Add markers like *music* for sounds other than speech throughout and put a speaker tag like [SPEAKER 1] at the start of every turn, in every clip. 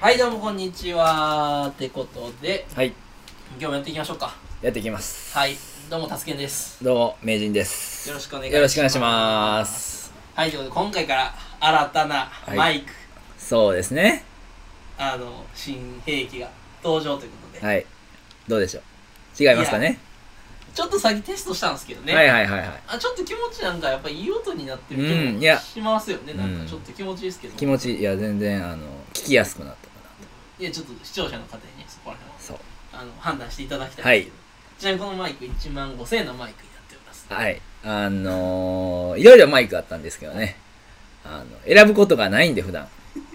[SPEAKER 1] はいどうもこんにちはってことで
[SPEAKER 2] はい、
[SPEAKER 1] 今日もやっていきましょうか
[SPEAKER 2] やっていきます。
[SPEAKER 1] はいどうもたすけんです
[SPEAKER 2] どうも、名人です。
[SPEAKER 1] よろしくお願いします
[SPEAKER 2] よろしくお願いします。
[SPEAKER 1] はいということで今回から新たないマイク、
[SPEAKER 2] そうですね。
[SPEAKER 1] あの新兵器が登場ということで、
[SPEAKER 2] はい。どうでしょう。違いますかね。
[SPEAKER 1] ちょっと先テストしたんですけどね、
[SPEAKER 2] はいはいはいはい。
[SPEAKER 1] あちょっと気持ちなんかやっぱいい音になってる
[SPEAKER 2] うんい
[SPEAKER 1] 気
[SPEAKER 2] や
[SPEAKER 1] もしますよね、なん
[SPEAKER 2] う
[SPEAKER 1] か
[SPEAKER 2] ん
[SPEAKER 1] ちょっと気持ちいいですけど
[SPEAKER 2] 気持ちいい、いや、全然、あの、聞きやすくなったか
[SPEAKER 1] いやちょっと視聴者の方にねそこら辺は
[SPEAKER 2] な。そう。
[SPEAKER 1] あの判断していただきたいんですけど、ちなみにこのマイク1万5000円のマイクになっております
[SPEAKER 2] はい。あのー、いろいろマイクあったんですけどね。あの、選ぶことがないんで、普段。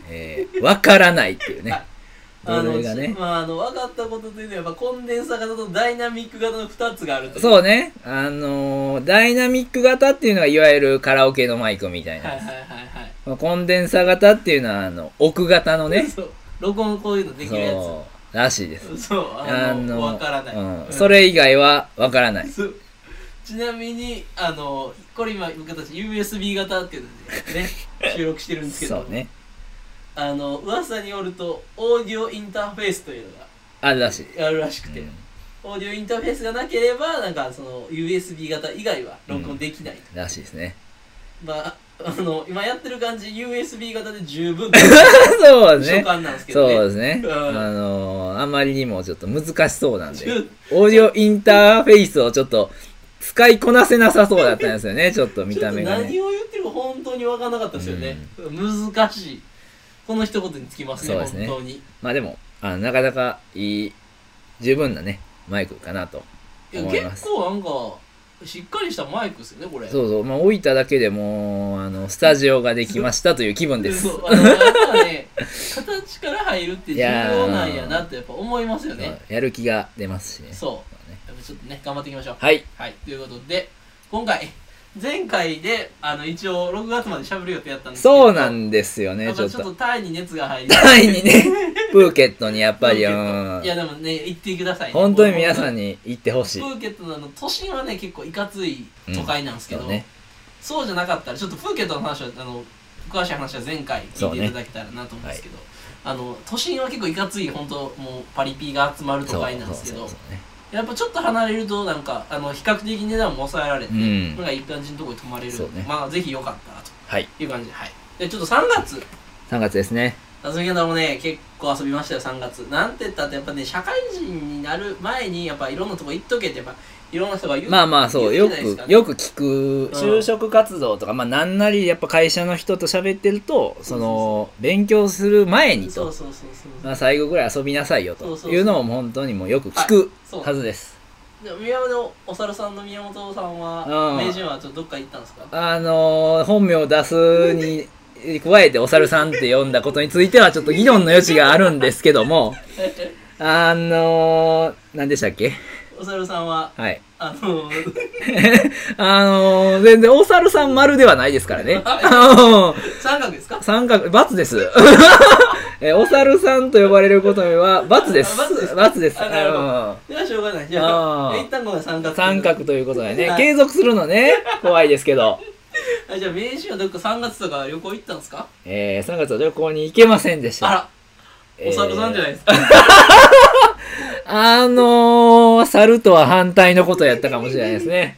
[SPEAKER 2] えー、わからないっていうね。
[SPEAKER 1] *laughs* あ
[SPEAKER 2] ど
[SPEAKER 1] の、
[SPEAKER 2] れがね
[SPEAKER 1] ち。まあ、あの分かったことというのはやっぱコンデンサ型とダイナミック型の2つがあるという
[SPEAKER 2] そうね。あのー、ダイナミック型っていうのが、いわゆるカラオケのマイクみたいな。
[SPEAKER 1] はいはいはいはい
[SPEAKER 2] まあコンデンサ型っていうのは、あの、奥型のね。
[SPEAKER 1] そう録音こういうのできるや
[SPEAKER 2] そう。らしいです。
[SPEAKER 1] つそうあのわからない、
[SPEAKER 2] うん
[SPEAKER 1] うん
[SPEAKER 2] それ以外はわからない。
[SPEAKER 1] そうちなみにあのこれ今僕たち USB 型っていうのでね *laughs* 収録してるんですけど
[SPEAKER 2] そうね。
[SPEAKER 1] あの噂によるとオーディオインターフェースというの
[SPEAKER 2] あるらしい。
[SPEAKER 1] があるらしくて、
[SPEAKER 2] うん
[SPEAKER 1] オーディオインターフェースがなければなんかその USB 型以外は録音できないと、
[SPEAKER 2] らしいですね。 *laughs*
[SPEAKER 1] まああの今やってる感じ USB 型で十
[SPEAKER 2] *laughs*
[SPEAKER 1] 分
[SPEAKER 2] そうです
[SPEAKER 1] 所
[SPEAKER 2] ね。
[SPEAKER 1] 感なんですけ
[SPEAKER 2] そ
[SPEAKER 1] どね
[SPEAKER 2] うですね。
[SPEAKER 1] うん
[SPEAKER 2] あのーあまりにもちょっと難しそうなんで
[SPEAKER 1] ちょっ、
[SPEAKER 2] オーディオインターフェイスをちょっと使いこなせなさそうだったんですよね、ちょっと見た目が
[SPEAKER 1] ちょっと
[SPEAKER 2] ね
[SPEAKER 1] 何。を言ってるか本当に分からなかったですよね、難しいこの一言につきますね
[SPEAKER 2] そうですね
[SPEAKER 1] 本当に
[SPEAKER 2] まあでも、あのなかなかいい、十分なね、マイクかなと。
[SPEAKER 1] いや
[SPEAKER 2] 思います
[SPEAKER 1] 結構なんかしっかりしたマイクですよねこれ
[SPEAKER 2] そうそう、まあ置いただけでもう、あの、スタジオができましたという気分です。
[SPEAKER 1] そ
[SPEAKER 2] そう
[SPEAKER 1] あのやっぱね形から入るって重要なんやなってやっぱ思いますよ
[SPEAKER 2] う
[SPEAKER 1] ね
[SPEAKER 2] やる気が出ますしね。
[SPEAKER 1] そう
[SPEAKER 2] まあね
[SPEAKER 1] やっぱちょっとね頑張っていきましょう
[SPEAKER 2] はい。
[SPEAKER 1] はい、ということで今回前回であの一応6月までしゃべる予定やったんですけど
[SPEAKER 2] そうなんですよ
[SPEAKER 1] や
[SPEAKER 2] ね、
[SPEAKER 1] っ
[SPEAKER 2] ち
[SPEAKER 1] ぱ
[SPEAKER 2] ょっ
[SPEAKER 1] ちょっと
[SPEAKER 2] と。
[SPEAKER 1] タイに熱が入り
[SPEAKER 2] タイ
[SPEAKER 1] *laughs*
[SPEAKER 2] にね、プーケットにやっぱり、う
[SPEAKER 1] いや
[SPEAKER 2] ん、
[SPEAKER 1] でもね行ってください、ね、
[SPEAKER 2] 本当に皆さんに行ってほし
[SPEAKER 1] プ
[SPEAKER 2] い。
[SPEAKER 1] ーケットのあの都心はね結構いかつい都会なんですけど、
[SPEAKER 2] そう
[SPEAKER 1] そう
[SPEAKER 2] ね。
[SPEAKER 1] じゃなかったらちょっとプーケットの話はあの詳しい話は前回聞いていただけたらなと思うんですけど、あの都心は結構いかつい本当もうパリピが集まる
[SPEAKER 2] そ
[SPEAKER 1] 都
[SPEAKER 2] う
[SPEAKER 1] 会なんですけ
[SPEAKER 2] そ
[SPEAKER 1] ど
[SPEAKER 2] うそうそうね
[SPEAKER 1] やっぱちょっと離れるとなんかあの比較的値段も抑えられて、
[SPEAKER 2] うん
[SPEAKER 1] なんかいい感じのところに泊まれる、
[SPEAKER 2] そうね
[SPEAKER 1] まあぜひよかったらと
[SPEAKER 2] はい。
[SPEAKER 1] いう感じではいでちょっと3月
[SPEAKER 2] 3月ですね。
[SPEAKER 1] 遊び方もね結構遊びましたよ3月なんて言ったってやっぱね社会人になる前にやっぱいろんなとこ行っとけってやっぱいろんな人が言う
[SPEAKER 2] まあまあそう、
[SPEAKER 1] 言
[SPEAKER 2] よ
[SPEAKER 1] うじゃないですか
[SPEAKER 2] く、よく聞く、
[SPEAKER 1] ん
[SPEAKER 2] 就職活動とか、まあなんなりやっぱ会社の人と喋ってると、その、勉強する前に
[SPEAKER 1] そう
[SPEAKER 2] と、
[SPEAKER 1] そうそうそう、
[SPEAKER 2] まあ最後ぐらい遊びなさいよ
[SPEAKER 1] そう
[SPEAKER 2] と
[SPEAKER 1] そうそう
[SPEAKER 2] いうのも本当にもうよく聞く
[SPEAKER 1] そう
[SPEAKER 2] はずです。
[SPEAKER 1] で宮本のお猿さんの宮本さんは
[SPEAKER 2] うん
[SPEAKER 1] 名人はちょっとどっか行ったんですか *laughs*
[SPEAKER 2] あのー本名を出すに加えてお猿さんって呼んだことについてはちょっと議論の余地があるんですけども、 *laughs* あのー、何でしたっけ
[SPEAKER 1] お猿さんは
[SPEAKER 2] はい。
[SPEAKER 1] あの *laughs*
[SPEAKER 2] あのー、全然お猿さん丸ではないですか
[SPEAKER 1] *laughs*
[SPEAKER 2] らね。あのー
[SPEAKER 1] 三角ですか
[SPEAKER 2] 三角、×です。 *laughs* え、お猿さんと呼ばれることには×です
[SPEAKER 1] あ×です。
[SPEAKER 2] ×です。
[SPEAKER 1] あなるほど
[SPEAKER 2] あのー
[SPEAKER 1] いやしょうがないじゃ
[SPEAKER 2] あ
[SPEAKER 1] あ
[SPEAKER 2] ー
[SPEAKER 1] 一旦この三角
[SPEAKER 2] 三角ということでね
[SPEAKER 1] は、い
[SPEAKER 2] 継続するのね、怖いですけど。
[SPEAKER 1] あじゃあ名人はどっか3月とか旅行行ったんですか
[SPEAKER 2] えー、3月は旅行に行けませんでし
[SPEAKER 1] あ
[SPEAKER 2] た。
[SPEAKER 1] らお猿さんじゃない
[SPEAKER 2] い
[SPEAKER 1] ですか、
[SPEAKER 2] あのー、猿とは反対のことやったかもしれないですね。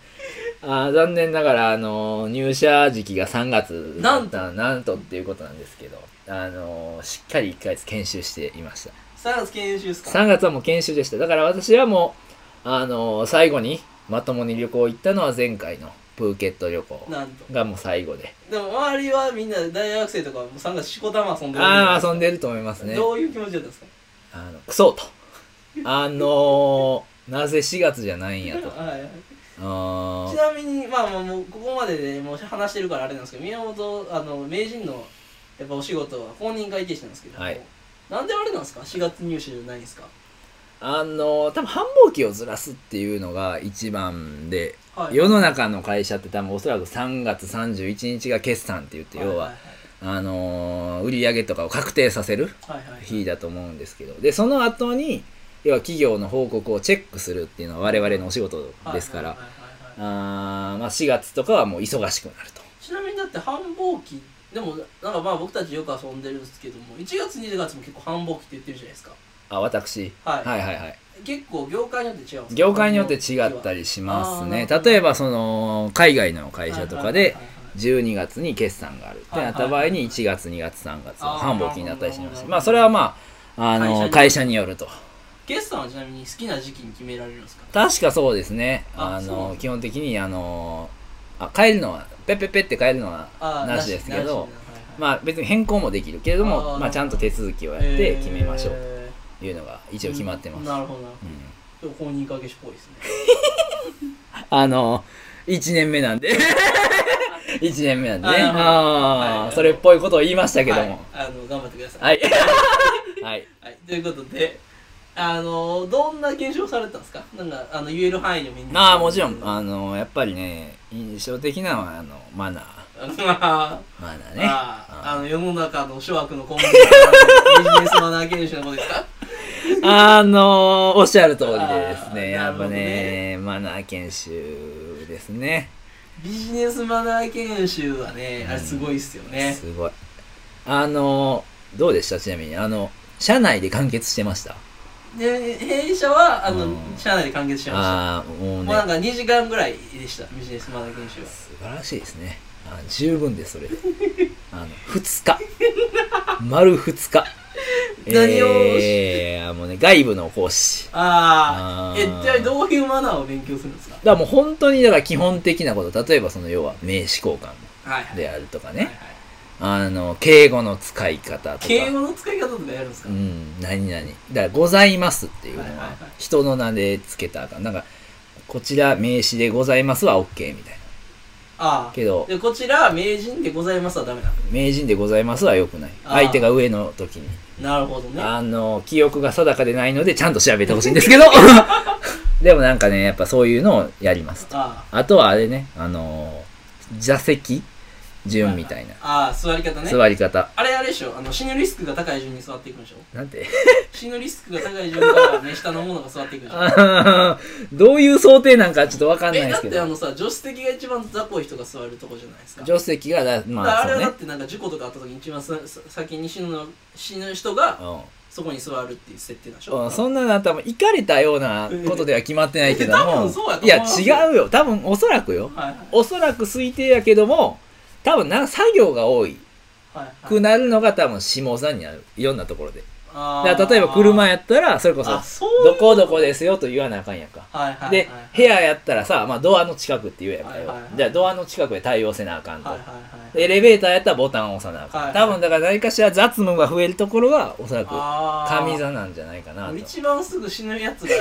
[SPEAKER 2] あー残念ながら、あのー入社時期が3月だったなんとっていうことなんですけど、あのーしっかり1ヶ月研修していました。
[SPEAKER 1] 三3月研修ですか
[SPEAKER 2] 3月はもう研修でした。だから私はもう、あのー最後にまともに旅行行ったのは前回のプーケット旅行
[SPEAKER 1] なんと
[SPEAKER 2] がもう最後で。
[SPEAKER 1] でも周りはみんな大学生とかもう3月しこたま遊んでる
[SPEAKER 2] ああ、遊んでると思いますね。
[SPEAKER 1] どういう気持ちだったんですか
[SPEAKER 2] あの、クソと。あのーなぜ4月じゃないんやと。
[SPEAKER 1] はいはい
[SPEAKER 2] あ
[SPEAKER 1] ち
[SPEAKER 2] ー
[SPEAKER 1] なみにまあまあもうここまででもう話してるからあれなんですけど宮本あの名人のやっぱお仕事は公認会計士なんですけど、
[SPEAKER 2] はい
[SPEAKER 1] なんであれなんですか4月入試じゃないんですか
[SPEAKER 2] あのー多分繁忙期をずらすっていうのが一番で、
[SPEAKER 1] はい
[SPEAKER 2] 世の中の会社って多分おそらく3月31日が決算って言って、要は、あのー売り上げとかを確定させる
[SPEAKER 1] はいはいはいはい
[SPEAKER 2] 日だと思うんですけどでその後に要は企業の報告をチェックするっていうのは我々のお仕事
[SPEAKER 1] はい
[SPEAKER 2] ですから、
[SPEAKER 1] はいはいはいはい
[SPEAKER 2] あーまあ、4月とかはもう忙しくなると
[SPEAKER 1] ちなみにだって繁忙期でもなんかまあ僕たちよく遊んでるんですけども1月2月も結構繁忙期って言ってるじゃないですか
[SPEAKER 2] あ、私。
[SPEAKER 1] はい、
[SPEAKER 2] はいはいはい。
[SPEAKER 1] 結構業界によって違うんですか
[SPEAKER 2] 業界によって違ったりしますね。例えば、その、海外の会社とかで、12月に決算があるってなった場合に1月2月3月は繁忙期になったりします
[SPEAKER 1] あー
[SPEAKER 2] まあそれはまああの会
[SPEAKER 1] 会
[SPEAKER 2] 社によると
[SPEAKER 1] 決算はちなみに好きな時期に決められるんですか
[SPEAKER 2] 確かそうですね
[SPEAKER 1] あ
[SPEAKER 2] あ
[SPEAKER 1] そうなん
[SPEAKER 2] の
[SPEAKER 1] だ
[SPEAKER 2] 基本的にあのあ変えるのはペッペッペって変えるのは
[SPEAKER 1] あー
[SPEAKER 2] なしですけど
[SPEAKER 1] なしなしなはいはい
[SPEAKER 2] まあ別に変更もできるけれど
[SPEAKER 1] あ
[SPEAKER 2] も
[SPEAKER 1] ー
[SPEAKER 2] まあちゃんと手続きをやって決めましょう
[SPEAKER 1] え
[SPEAKER 2] というのが
[SPEAKER 1] ー
[SPEAKER 2] 一応決まってます、
[SPEAKER 1] なるほどなる
[SPEAKER 2] うん
[SPEAKER 1] ほどでも公認掛けしっぽいですね
[SPEAKER 2] あの、1年目な
[SPEAKER 1] *laughs*
[SPEAKER 2] んで。1年目なんでね。
[SPEAKER 1] あなるほど
[SPEAKER 2] ああ、
[SPEAKER 1] はい
[SPEAKER 2] それっぽいことを言いましたけども。
[SPEAKER 1] はい、あの頑張ってください、
[SPEAKER 2] はい。
[SPEAKER 1] *laughs*
[SPEAKER 2] はい。
[SPEAKER 1] はい、ということであのどんな検証されたんですかなんかあの言える範囲でもいいんですけど
[SPEAKER 2] まあもちろん、
[SPEAKER 1] あ
[SPEAKER 2] あの、やっぱりね、印象的なのは、あの、マナー。
[SPEAKER 1] のまあ
[SPEAKER 2] マナーね。
[SPEAKER 1] ああ
[SPEAKER 2] あ
[SPEAKER 1] の世の中の諸悪の根源からビジネスマナー研修のことですか
[SPEAKER 2] あの、おっしゃる通りでですね、
[SPEAKER 1] あー
[SPEAKER 2] やっぱね、
[SPEAKER 1] な
[SPEAKER 2] マナー研修ですね。
[SPEAKER 1] ビジネスマナー研修はねあれすごいっすよね、
[SPEAKER 2] すごい。あの、どうでしたちなみに、あの、社内で完結してました
[SPEAKER 1] で弊社はあの、
[SPEAKER 2] うん
[SPEAKER 1] 社内で完結しました
[SPEAKER 2] ああ、も
[SPEAKER 1] も
[SPEAKER 2] う
[SPEAKER 1] うなん
[SPEAKER 2] ね、
[SPEAKER 1] か2時間ぐらいでしたビジネスマナー研修は
[SPEAKER 2] 素晴らしいですねあ十分ですそれで *laughs* あの2日丸2日
[SPEAKER 1] *laughs* 何を
[SPEAKER 2] えー、もうね外部の講師
[SPEAKER 1] ああえ
[SPEAKER 2] あー
[SPEAKER 1] じゃあどういうマナーを勉強するんですか
[SPEAKER 2] だからもう本当にだから基本的なこと例えばその要は名刺交換
[SPEAKER 1] はいはい
[SPEAKER 2] であるとか
[SPEAKER 1] はいはい
[SPEAKER 2] ねあの敬語の使い方とか
[SPEAKER 1] 敬語の使い方とかやるんですか、
[SPEAKER 2] うん何々だから「ございます」っていうの
[SPEAKER 1] はいはいは
[SPEAKER 2] はい人の名でつけたらあかんなんかこちら名刺で「ございます」は OK みたい
[SPEAKER 1] ああ
[SPEAKER 2] なけど
[SPEAKER 1] でこちら名人でございますはダメだ
[SPEAKER 2] 名人で「ございます」は良くない
[SPEAKER 1] あー
[SPEAKER 2] 相手が上の時に
[SPEAKER 1] なるほどね
[SPEAKER 2] あの、記憶が定かでないので、ちゃんと調べてほしいんで
[SPEAKER 1] *laughs*
[SPEAKER 2] すけど。でもなんかね、やっぱそういうのをやります。
[SPEAKER 1] あ
[SPEAKER 2] あとはあれね、あのー座席順みたいな。
[SPEAKER 1] ああ座り方ね
[SPEAKER 2] 座り方。
[SPEAKER 1] あれあれでしょあの死ぬリスクが高い順に座っていくんでしょ
[SPEAKER 2] なんて *laughs*
[SPEAKER 1] 死ぬリスクが高い順から目下のものが座っていくんでしょ
[SPEAKER 2] あーどういう想定なんかちょっとわかんない
[SPEAKER 1] え
[SPEAKER 2] で
[SPEAKER 1] だっ
[SPEAKER 2] すけ
[SPEAKER 1] てあの
[SPEAKER 2] ど。
[SPEAKER 1] さ助手席が一番雑魚い人が座るとこじゃないですか
[SPEAKER 2] 助手席がだ、
[SPEAKER 1] だから
[SPEAKER 2] ま
[SPEAKER 1] あ
[SPEAKER 2] あ、
[SPEAKER 1] れ
[SPEAKER 2] そ
[SPEAKER 1] は
[SPEAKER 2] う
[SPEAKER 1] だ
[SPEAKER 2] ね
[SPEAKER 1] っ。てなんか事故とかあった時に一番ささ先に死ぬの死ぬ人がそこに座るっていう設定なんでし
[SPEAKER 2] う
[SPEAKER 1] ょ
[SPEAKER 2] ん、そんなのあったら、行かれたようなことでは決まってないけど
[SPEAKER 1] 多
[SPEAKER 2] も
[SPEAKER 1] 分そうや。と
[SPEAKER 2] い
[SPEAKER 1] 思い
[SPEAKER 2] や、
[SPEAKER 1] ます
[SPEAKER 2] 違うよ。多分、おそらくよ。
[SPEAKER 1] はいはい
[SPEAKER 2] おそらく推定やけども、多分な、作業が多い。
[SPEAKER 1] はいはい
[SPEAKER 2] くなるのが多分下座になるいろんなところで
[SPEAKER 1] あ
[SPEAKER 2] だ
[SPEAKER 1] ー
[SPEAKER 2] から例えば車やったらそれこそ
[SPEAKER 1] あそう
[SPEAKER 2] 「どこどこですよ」と言わなあかんやんか
[SPEAKER 1] はいはいはい
[SPEAKER 2] で部屋やったらさ、まあ、ドアの近くって言うやんかよ
[SPEAKER 1] はいはいはい
[SPEAKER 2] じゃあドアの近くで対応せなあかんと
[SPEAKER 1] はいはいはい
[SPEAKER 2] でエレベーターやったらボタンを押さなあ
[SPEAKER 1] は
[SPEAKER 2] かん
[SPEAKER 1] いはい
[SPEAKER 2] 多分だから何かしら雑務が増えるところはおそらく
[SPEAKER 1] あー
[SPEAKER 2] 上座なんじゃないかなと
[SPEAKER 1] 一番すぐ死ぬやつが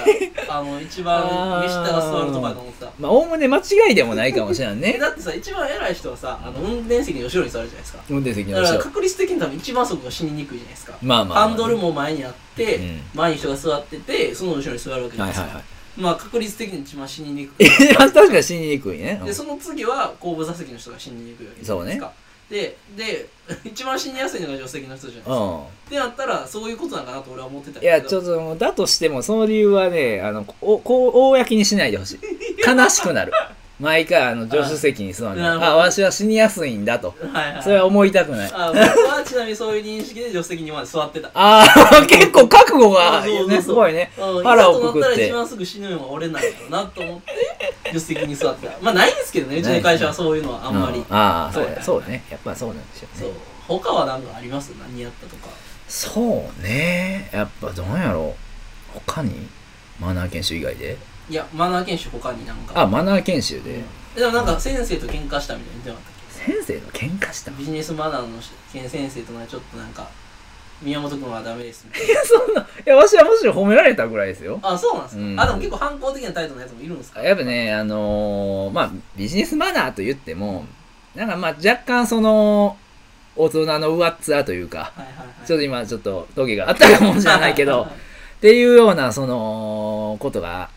[SPEAKER 1] あの一番目下が座るとかやと思ってた
[SPEAKER 2] まあおおむね間違いでもないかもしれん
[SPEAKER 1] え
[SPEAKER 2] ね
[SPEAKER 1] だってさ一番偉い人はさあの運転席の後ろに座るじゃないですか
[SPEAKER 2] 運転席の
[SPEAKER 1] だか
[SPEAKER 2] 後
[SPEAKER 1] ら
[SPEAKER 2] ろ
[SPEAKER 1] 確率的に多分一番そこが死ににくいじゃないですか、
[SPEAKER 2] まあまあまあ
[SPEAKER 1] ハンドルも前にあって、
[SPEAKER 2] うん
[SPEAKER 1] 前に人が座っててその後ろに座るわけじゃないい
[SPEAKER 2] は
[SPEAKER 1] です
[SPEAKER 2] は
[SPEAKER 1] か、
[SPEAKER 2] いはい
[SPEAKER 1] まあ確率的に一番死ににくい
[SPEAKER 2] え確かに死ににくい *laughs* ねうん
[SPEAKER 1] でその次は後部座席の人が死ににくいわけじゃないですかでで *laughs* 一番死にやすいのが助手席の人じゃないですか、
[SPEAKER 2] うん
[SPEAKER 1] ってなったらそういうことなんかなと俺は思ってた
[SPEAKER 2] いや、ちょ
[SPEAKER 1] っ
[SPEAKER 2] っともう、だとしても、その理由はね、あの、おこう、公にしないでほしい。悲しくなる。毎回、あの、助手席に座る
[SPEAKER 1] なるほ
[SPEAKER 2] の。
[SPEAKER 1] ど
[SPEAKER 2] あ、わしは死にやすいんだと。
[SPEAKER 1] とはいはい
[SPEAKER 2] それは思いたくない。
[SPEAKER 1] あ僕はちなみにそういう認識で助手席にまで座ってた
[SPEAKER 2] ああ、結構覚悟が、
[SPEAKER 1] そうそうそう
[SPEAKER 2] ね、すごいね。
[SPEAKER 1] うん
[SPEAKER 2] 腹をく
[SPEAKER 1] いざとな
[SPEAKER 2] く
[SPEAKER 1] っ
[SPEAKER 2] った
[SPEAKER 1] ら一
[SPEAKER 2] て。
[SPEAKER 1] 番すぐ死ぬのは俺なんだろうなと思って助手席に座ってたまあないんですけどねうちの会社はそういうのはあんまり、
[SPEAKER 2] うああ、そう
[SPEAKER 1] はい
[SPEAKER 2] だ、そうね。やっぱそうなんですよ
[SPEAKER 1] そ
[SPEAKER 2] ね
[SPEAKER 1] う。他は何かあります何やったとか
[SPEAKER 2] そうね。やっぱ、どうやろう。他にマナー研修以外で
[SPEAKER 1] いやマナー研修他になんか
[SPEAKER 2] あ、マナー研修
[SPEAKER 1] うん
[SPEAKER 2] で。
[SPEAKER 1] でもなんか先生と喧嘩したみたいに言ってなかったっ
[SPEAKER 2] 先生の喧嘩した *laughs*
[SPEAKER 1] けビジネスマナーの先生とねちょっとなんか宮本君はダメですみたい
[SPEAKER 2] いや、そんな。いや、わしはむしろ褒められたぐらいですよ。
[SPEAKER 1] なあそうなんですか、
[SPEAKER 2] うん
[SPEAKER 1] あでも結構反抗的な態度のやつもいるんですか
[SPEAKER 2] やっぱね、あのーまあ、ビジネスマナーと言っても、なんかまあ、若干その、大人の上っ面というか、
[SPEAKER 1] はいはいはい
[SPEAKER 2] ちょっと今ちょっとトゲがあったかもしれないけ
[SPEAKER 1] は
[SPEAKER 2] ど、
[SPEAKER 1] い
[SPEAKER 2] っていうような、その、ことが、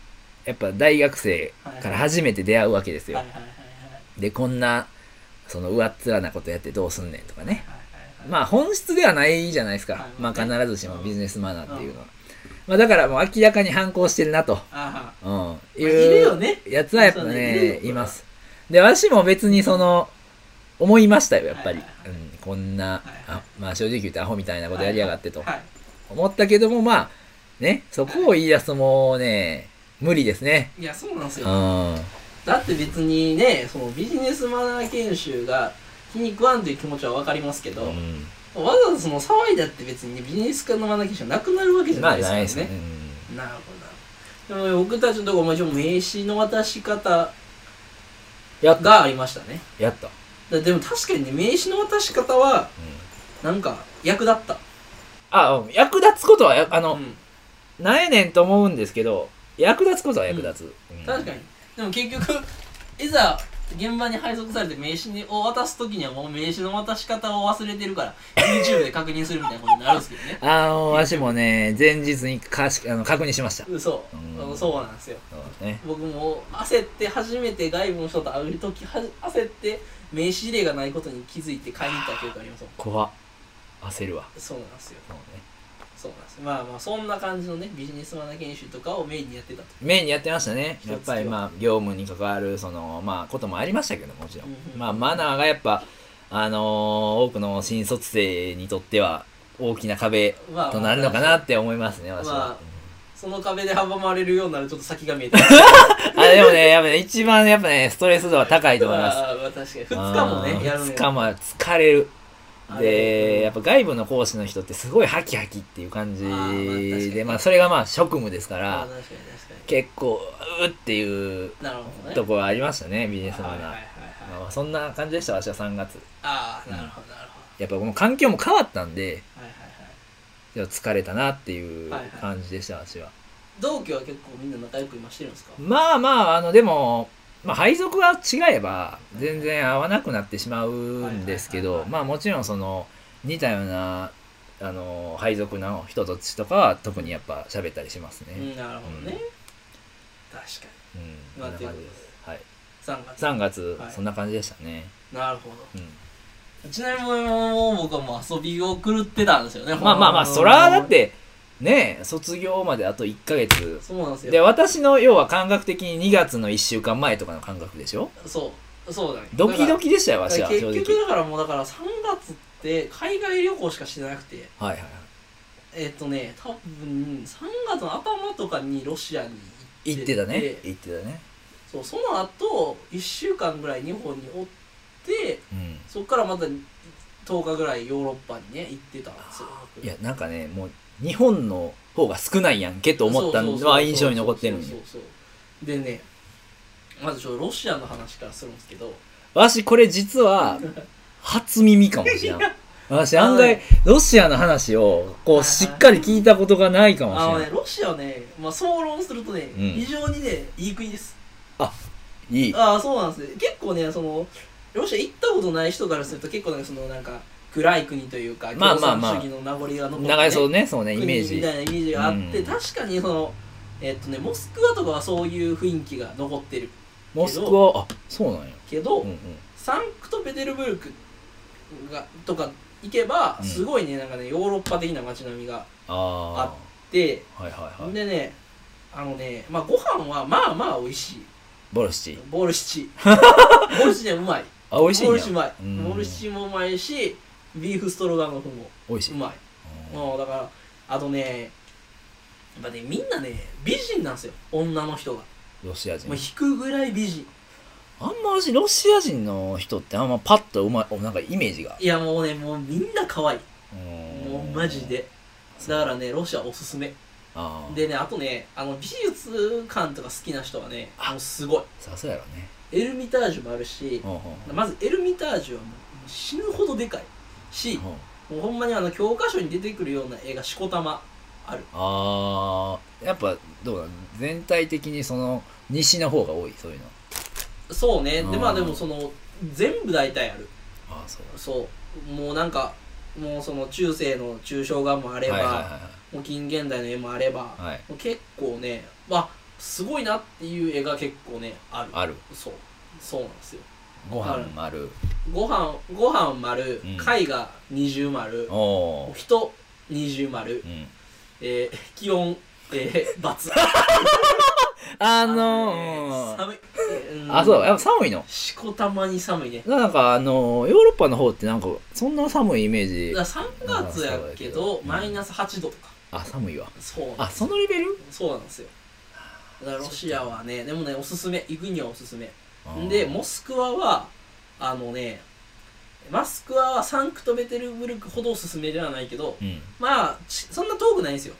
[SPEAKER 2] やっぱ大学生から初めて出会うわけですよ
[SPEAKER 1] はい。はいはいはい
[SPEAKER 2] で、こんな、その上っ面なことやってどうすんねんとかね。
[SPEAKER 1] はい
[SPEAKER 2] まあ、本質ではないじゃないです
[SPEAKER 1] は
[SPEAKER 2] か
[SPEAKER 1] い。
[SPEAKER 2] まあ、必ずし
[SPEAKER 1] う
[SPEAKER 2] も
[SPEAKER 1] ん
[SPEAKER 2] ビジネスマナーっていうのは。まあ、だからもう明らかに反抗してるなと。
[SPEAKER 1] あ
[SPEAKER 2] うん。
[SPEAKER 1] いるよね
[SPEAKER 2] やつはやっぱ
[SPEAKER 1] そうそうねいるよ
[SPEAKER 2] ね、
[SPEAKER 1] これはい
[SPEAKER 2] ます。で、私も別にその、思いましたよ、やっぱり。
[SPEAKER 1] はいは
[SPEAKER 2] うん、こんな、
[SPEAKER 1] いはい
[SPEAKER 2] あまあ正直言ってアホみたいなことやりやがってと
[SPEAKER 1] はい
[SPEAKER 2] 思ったけども、まあ、ね、そこを言い出すともうね、無理ですね。
[SPEAKER 1] いやそうなんです
[SPEAKER 2] うん。
[SPEAKER 1] よ
[SPEAKER 2] は
[SPEAKER 1] だって別にねそのビジネスマナー研修が気に食わんという気持ちは分かりますけど、
[SPEAKER 2] い
[SPEAKER 1] わざわざその騒いだって別にビジネス科のマナー研修なくなるわけじゃ
[SPEAKER 2] ま
[SPEAKER 1] な
[SPEAKER 2] あ、
[SPEAKER 1] いです
[SPEAKER 2] ない
[SPEAKER 1] よ
[SPEAKER 2] ですね
[SPEAKER 1] ね。。なるほどなでも僕たちのとこも一応名刺の渡し方
[SPEAKER 2] うんやっと、
[SPEAKER 1] がありましたね
[SPEAKER 2] やっと。
[SPEAKER 1] だでも確かにね名刺の渡し方は
[SPEAKER 2] うん
[SPEAKER 1] なんか役立った、
[SPEAKER 2] あ、うん役立つことはや、あの、
[SPEAKER 1] うん
[SPEAKER 2] なんやねんと思うんですけど、役立つことは役立つ。うん
[SPEAKER 1] 確かに。でも結局いざ現場に配属されて名刺を渡す時にはもう名刺の渡し方を忘れてるから YouTube で確認するみたいなことになるんですけどね
[SPEAKER 2] あの、わしもね、前日にかしあの確認しました。
[SPEAKER 1] 嘘
[SPEAKER 2] うん
[SPEAKER 1] あのそうなんですよ
[SPEAKER 2] そうですね。
[SPEAKER 1] 僕も焦って初めて外部の人と会う時は焦って名刺入れがないことに気づいて買いに行った記憶ありますもん
[SPEAKER 2] 怖っ焦るわ。
[SPEAKER 1] そうなんですよ
[SPEAKER 2] そうね。
[SPEAKER 1] そうなんですまあまあそんな感じのねビジネスマナー研修とかをメインにやってたと、
[SPEAKER 2] メインにやってましたね。
[SPEAKER 1] 一つ
[SPEAKER 2] やっぱりまあ、業務に関わる、その、まあ、こともありましたけどもちろん。
[SPEAKER 1] うんうん
[SPEAKER 2] まあ、マナーがやっぱ、あのー多くの新卒生にとっては、大きな壁
[SPEAKER 1] まあ、
[SPEAKER 2] となるのかなって思いますね、私は。
[SPEAKER 1] まあ
[SPEAKER 2] うん
[SPEAKER 1] その壁で阻まれるようになるちょっと先が見えてる
[SPEAKER 2] あでもね、やっぱね、一番やっぱね、ストレス度は高いと思います。
[SPEAKER 1] ああまあ確かに2日もねやるの
[SPEAKER 2] 2日も疲れる。
[SPEAKER 1] あれ
[SPEAKER 2] で、やっぱ外部の講師の人ってすごいハキハキっていう感じ
[SPEAKER 1] あーまあ確か
[SPEAKER 2] で、
[SPEAKER 1] に
[SPEAKER 2] まあ、それがまあ職務ですか
[SPEAKER 1] ああ
[SPEAKER 2] ら
[SPEAKER 1] 確、かに確
[SPEAKER 2] 結構、うーっていう
[SPEAKER 1] かになるほどね
[SPEAKER 2] とこはありましたね、ビジネスマナ
[SPEAKER 1] は
[SPEAKER 2] ー
[SPEAKER 1] いはいはいはい
[SPEAKER 2] まあ、そんな感じでした、私は3月。
[SPEAKER 1] ああなるほどなるほ
[SPEAKER 2] やっぱこの環境も変わったんで、
[SPEAKER 1] どはいはいはい
[SPEAKER 2] いや疲れたなっていう
[SPEAKER 1] はいはい
[SPEAKER 2] 感じでした、私は。
[SPEAKER 1] 同居は結構みんな仲良く今してるんですか
[SPEAKER 2] まあまあ、あの、でも、まあ、配属が違えば、全然合わなくなってしまうんですけ
[SPEAKER 1] はい
[SPEAKER 2] ど
[SPEAKER 1] は、いはいはい
[SPEAKER 2] まあもちろんその、似たような、あの、配属の人たちとかは特にやっぱ喋ったりします
[SPEAKER 1] う
[SPEAKER 2] ね。
[SPEAKER 1] んなるほどね確か
[SPEAKER 2] うん。
[SPEAKER 1] まあ
[SPEAKER 2] こんな感じです。はい。
[SPEAKER 1] に3月
[SPEAKER 2] 3月
[SPEAKER 1] は、い
[SPEAKER 2] そんな感じでしたね。
[SPEAKER 1] なるほど
[SPEAKER 2] うん。
[SPEAKER 1] ちなみにもう僕はもう遊びを狂ってたんですよね
[SPEAKER 2] まあまあまあ、そらだって、ね、卒業まであと1ヶ月
[SPEAKER 1] そうなんです
[SPEAKER 2] で
[SPEAKER 1] よ
[SPEAKER 2] 私の要は感覚的に2月の1週間前とかの感覚でしょ
[SPEAKER 1] そうそうだね
[SPEAKER 2] ドキドキでしたよ
[SPEAKER 1] だ
[SPEAKER 2] わ
[SPEAKER 1] か
[SPEAKER 2] し
[SPEAKER 1] ら
[SPEAKER 2] は
[SPEAKER 1] 結
[SPEAKER 2] 正直
[SPEAKER 1] 局だからもうだから3月って海外旅行しかしてなくて
[SPEAKER 2] はいはいは
[SPEAKER 1] えっとね多分3月の頭とかにロシアに
[SPEAKER 2] い
[SPEAKER 1] 行
[SPEAKER 2] 行
[SPEAKER 1] っ
[SPEAKER 2] っててた
[SPEAKER 1] で
[SPEAKER 2] ね行ってたね
[SPEAKER 1] そうその後1週間ぐらい日本におって
[SPEAKER 2] うん
[SPEAKER 1] そこからまた10日ぐらいヨーロッパにね行ってたんですよ僕
[SPEAKER 2] いやなんかねもう日本の方が少ないやんけと思ったのは印象に残ってるん
[SPEAKER 1] そ
[SPEAKER 2] よ
[SPEAKER 1] うそうそうそうでねまずちょっとロシアの話からするんですけど
[SPEAKER 2] わしこれ実は初耳かもしれん私案
[SPEAKER 1] あの
[SPEAKER 2] 外
[SPEAKER 1] ね
[SPEAKER 2] ロシアの話をこ
[SPEAKER 1] は
[SPEAKER 2] う
[SPEAKER 1] いはい
[SPEAKER 2] しっかり聞いたことがないかも
[SPEAKER 1] あの
[SPEAKER 2] しれ
[SPEAKER 1] ね
[SPEAKER 2] な
[SPEAKER 1] ロシアはね、まあ、総論するとね、
[SPEAKER 2] うん
[SPEAKER 1] 非常にねいい国です
[SPEAKER 2] いいい
[SPEAKER 1] ああそうなんですね結構ねそのロシア行ったことない人からすると結構なんかそのなんか暗い国というか
[SPEAKER 2] まあまあまあ
[SPEAKER 1] 共産主義の名残が残って、ね、
[SPEAKER 2] 長いそうねそうねイメー
[SPEAKER 1] 国みた
[SPEAKER 2] ジ
[SPEAKER 1] いなイメージがあって、
[SPEAKER 2] うん
[SPEAKER 1] 確かにそのえっとねモスクワとかはそういう雰囲気が残ってる
[SPEAKER 2] モスクワあそうなんや
[SPEAKER 1] けど、
[SPEAKER 2] うんうん
[SPEAKER 1] サンクトペテルブルクがとか行けば
[SPEAKER 2] うん
[SPEAKER 1] すごいねなんかねヨーロッパ的な街並みがあ
[SPEAKER 2] あ
[SPEAKER 1] って、
[SPEAKER 2] あはいはいはい
[SPEAKER 1] でねあのねまあご飯はまあまあ美味しい
[SPEAKER 2] ボルシチ
[SPEAKER 1] ボル
[SPEAKER 2] *laughs*
[SPEAKER 1] シチボルシチねうまい
[SPEAKER 2] あ美味しいん
[SPEAKER 1] ボ
[SPEAKER 2] や
[SPEAKER 1] ルシチうまい
[SPEAKER 2] うん
[SPEAKER 1] ボルシチもうまいしビーフストロガノフも
[SPEAKER 2] 美味しいう
[SPEAKER 1] まいもうだからあとねやっぱねみんなね美人なんですよ女の人が
[SPEAKER 2] ロシア人
[SPEAKER 1] もう引くぐらい美人
[SPEAKER 2] あんま私ロシア人の人ってあんまパッとうまいなんかイメージが
[SPEAKER 1] いやもうねもうみんな可愛いもうマジでだからねロシアおすすめ
[SPEAKER 2] ああ
[SPEAKER 1] でねあとねあの美術館とか好きな人はねもうすごい
[SPEAKER 2] さすがやろね
[SPEAKER 1] エルミタージュもあるし
[SPEAKER 2] うんうん
[SPEAKER 1] まずエルミタージュはもう死ぬほどでかいし
[SPEAKER 2] うん
[SPEAKER 1] もうほんまにあの教科書に出てくるような映画「しこたま」ある
[SPEAKER 2] ああやっぱどうだ全体的にその西の方が多いそういうの
[SPEAKER 1] そうねで
[SPEAKER 2] うん
[SPEAKER 1] まあでもその全部大体ある
[SPEAKER 2] ああそう
[SPEAKER 1] そうもうなんかもうその中世の抽象画もあれば、
[SPEAKER 2] はいはい
[SPEAKER 1] もう近現代の絵もあれば、
[SPEAKER 2] はいはい
[SPEAKER 1] もう結構ねまあすごいなっていう絵が結構ねある
[SPEAKER 2] ある
[SPEAKER 1] そうそうなんですよ
[SPEAKER 2] ご飯もある
[SPEAKER 1] ご飯ご飯丸、
[SPEAKER 2] うん
[SPEAKER 1] 絵画二重丸
[SPEAKER 2] おお
[SPEAKER 1] 人二重丸
[SPEAKER 2] ー、うん
[SPEAKER 1] えー、気温えー、罰
[SPEAKER 2] *laughs* あ
[SPEAKER 1] あ
[SPEAKER 2] のー、
[SPEAKER 1] ね寒いうん
[SPEAKER 2] あ、そう、やっぱ寒いの。
[SPEAKER 1] しこたまに寒いね
[SPEAKER 2] なんか、あの、ヨーロッパの方ってなんか、そんな寒いイメージ。
[SPEAKER 1] だから3月やけど
[SPEAKER 2] うん
[SPEAKER 1] マイナス8度とか
[SPEAKER 2] あ、寒いわ。
[SPEAKER 1] そうなん
[SPEAKER 2] あ、そのレベル
[SPEAKER 1] そうなんですよだからロシアはねでもねおすすめ行くにはおすすめでモスクワはあのねマスクワはサンクトペテルブルクほどおすすめではないけど
[SPEAKER 2] うん。
[SPEAKER 1] まあちそんな遠くないんですよ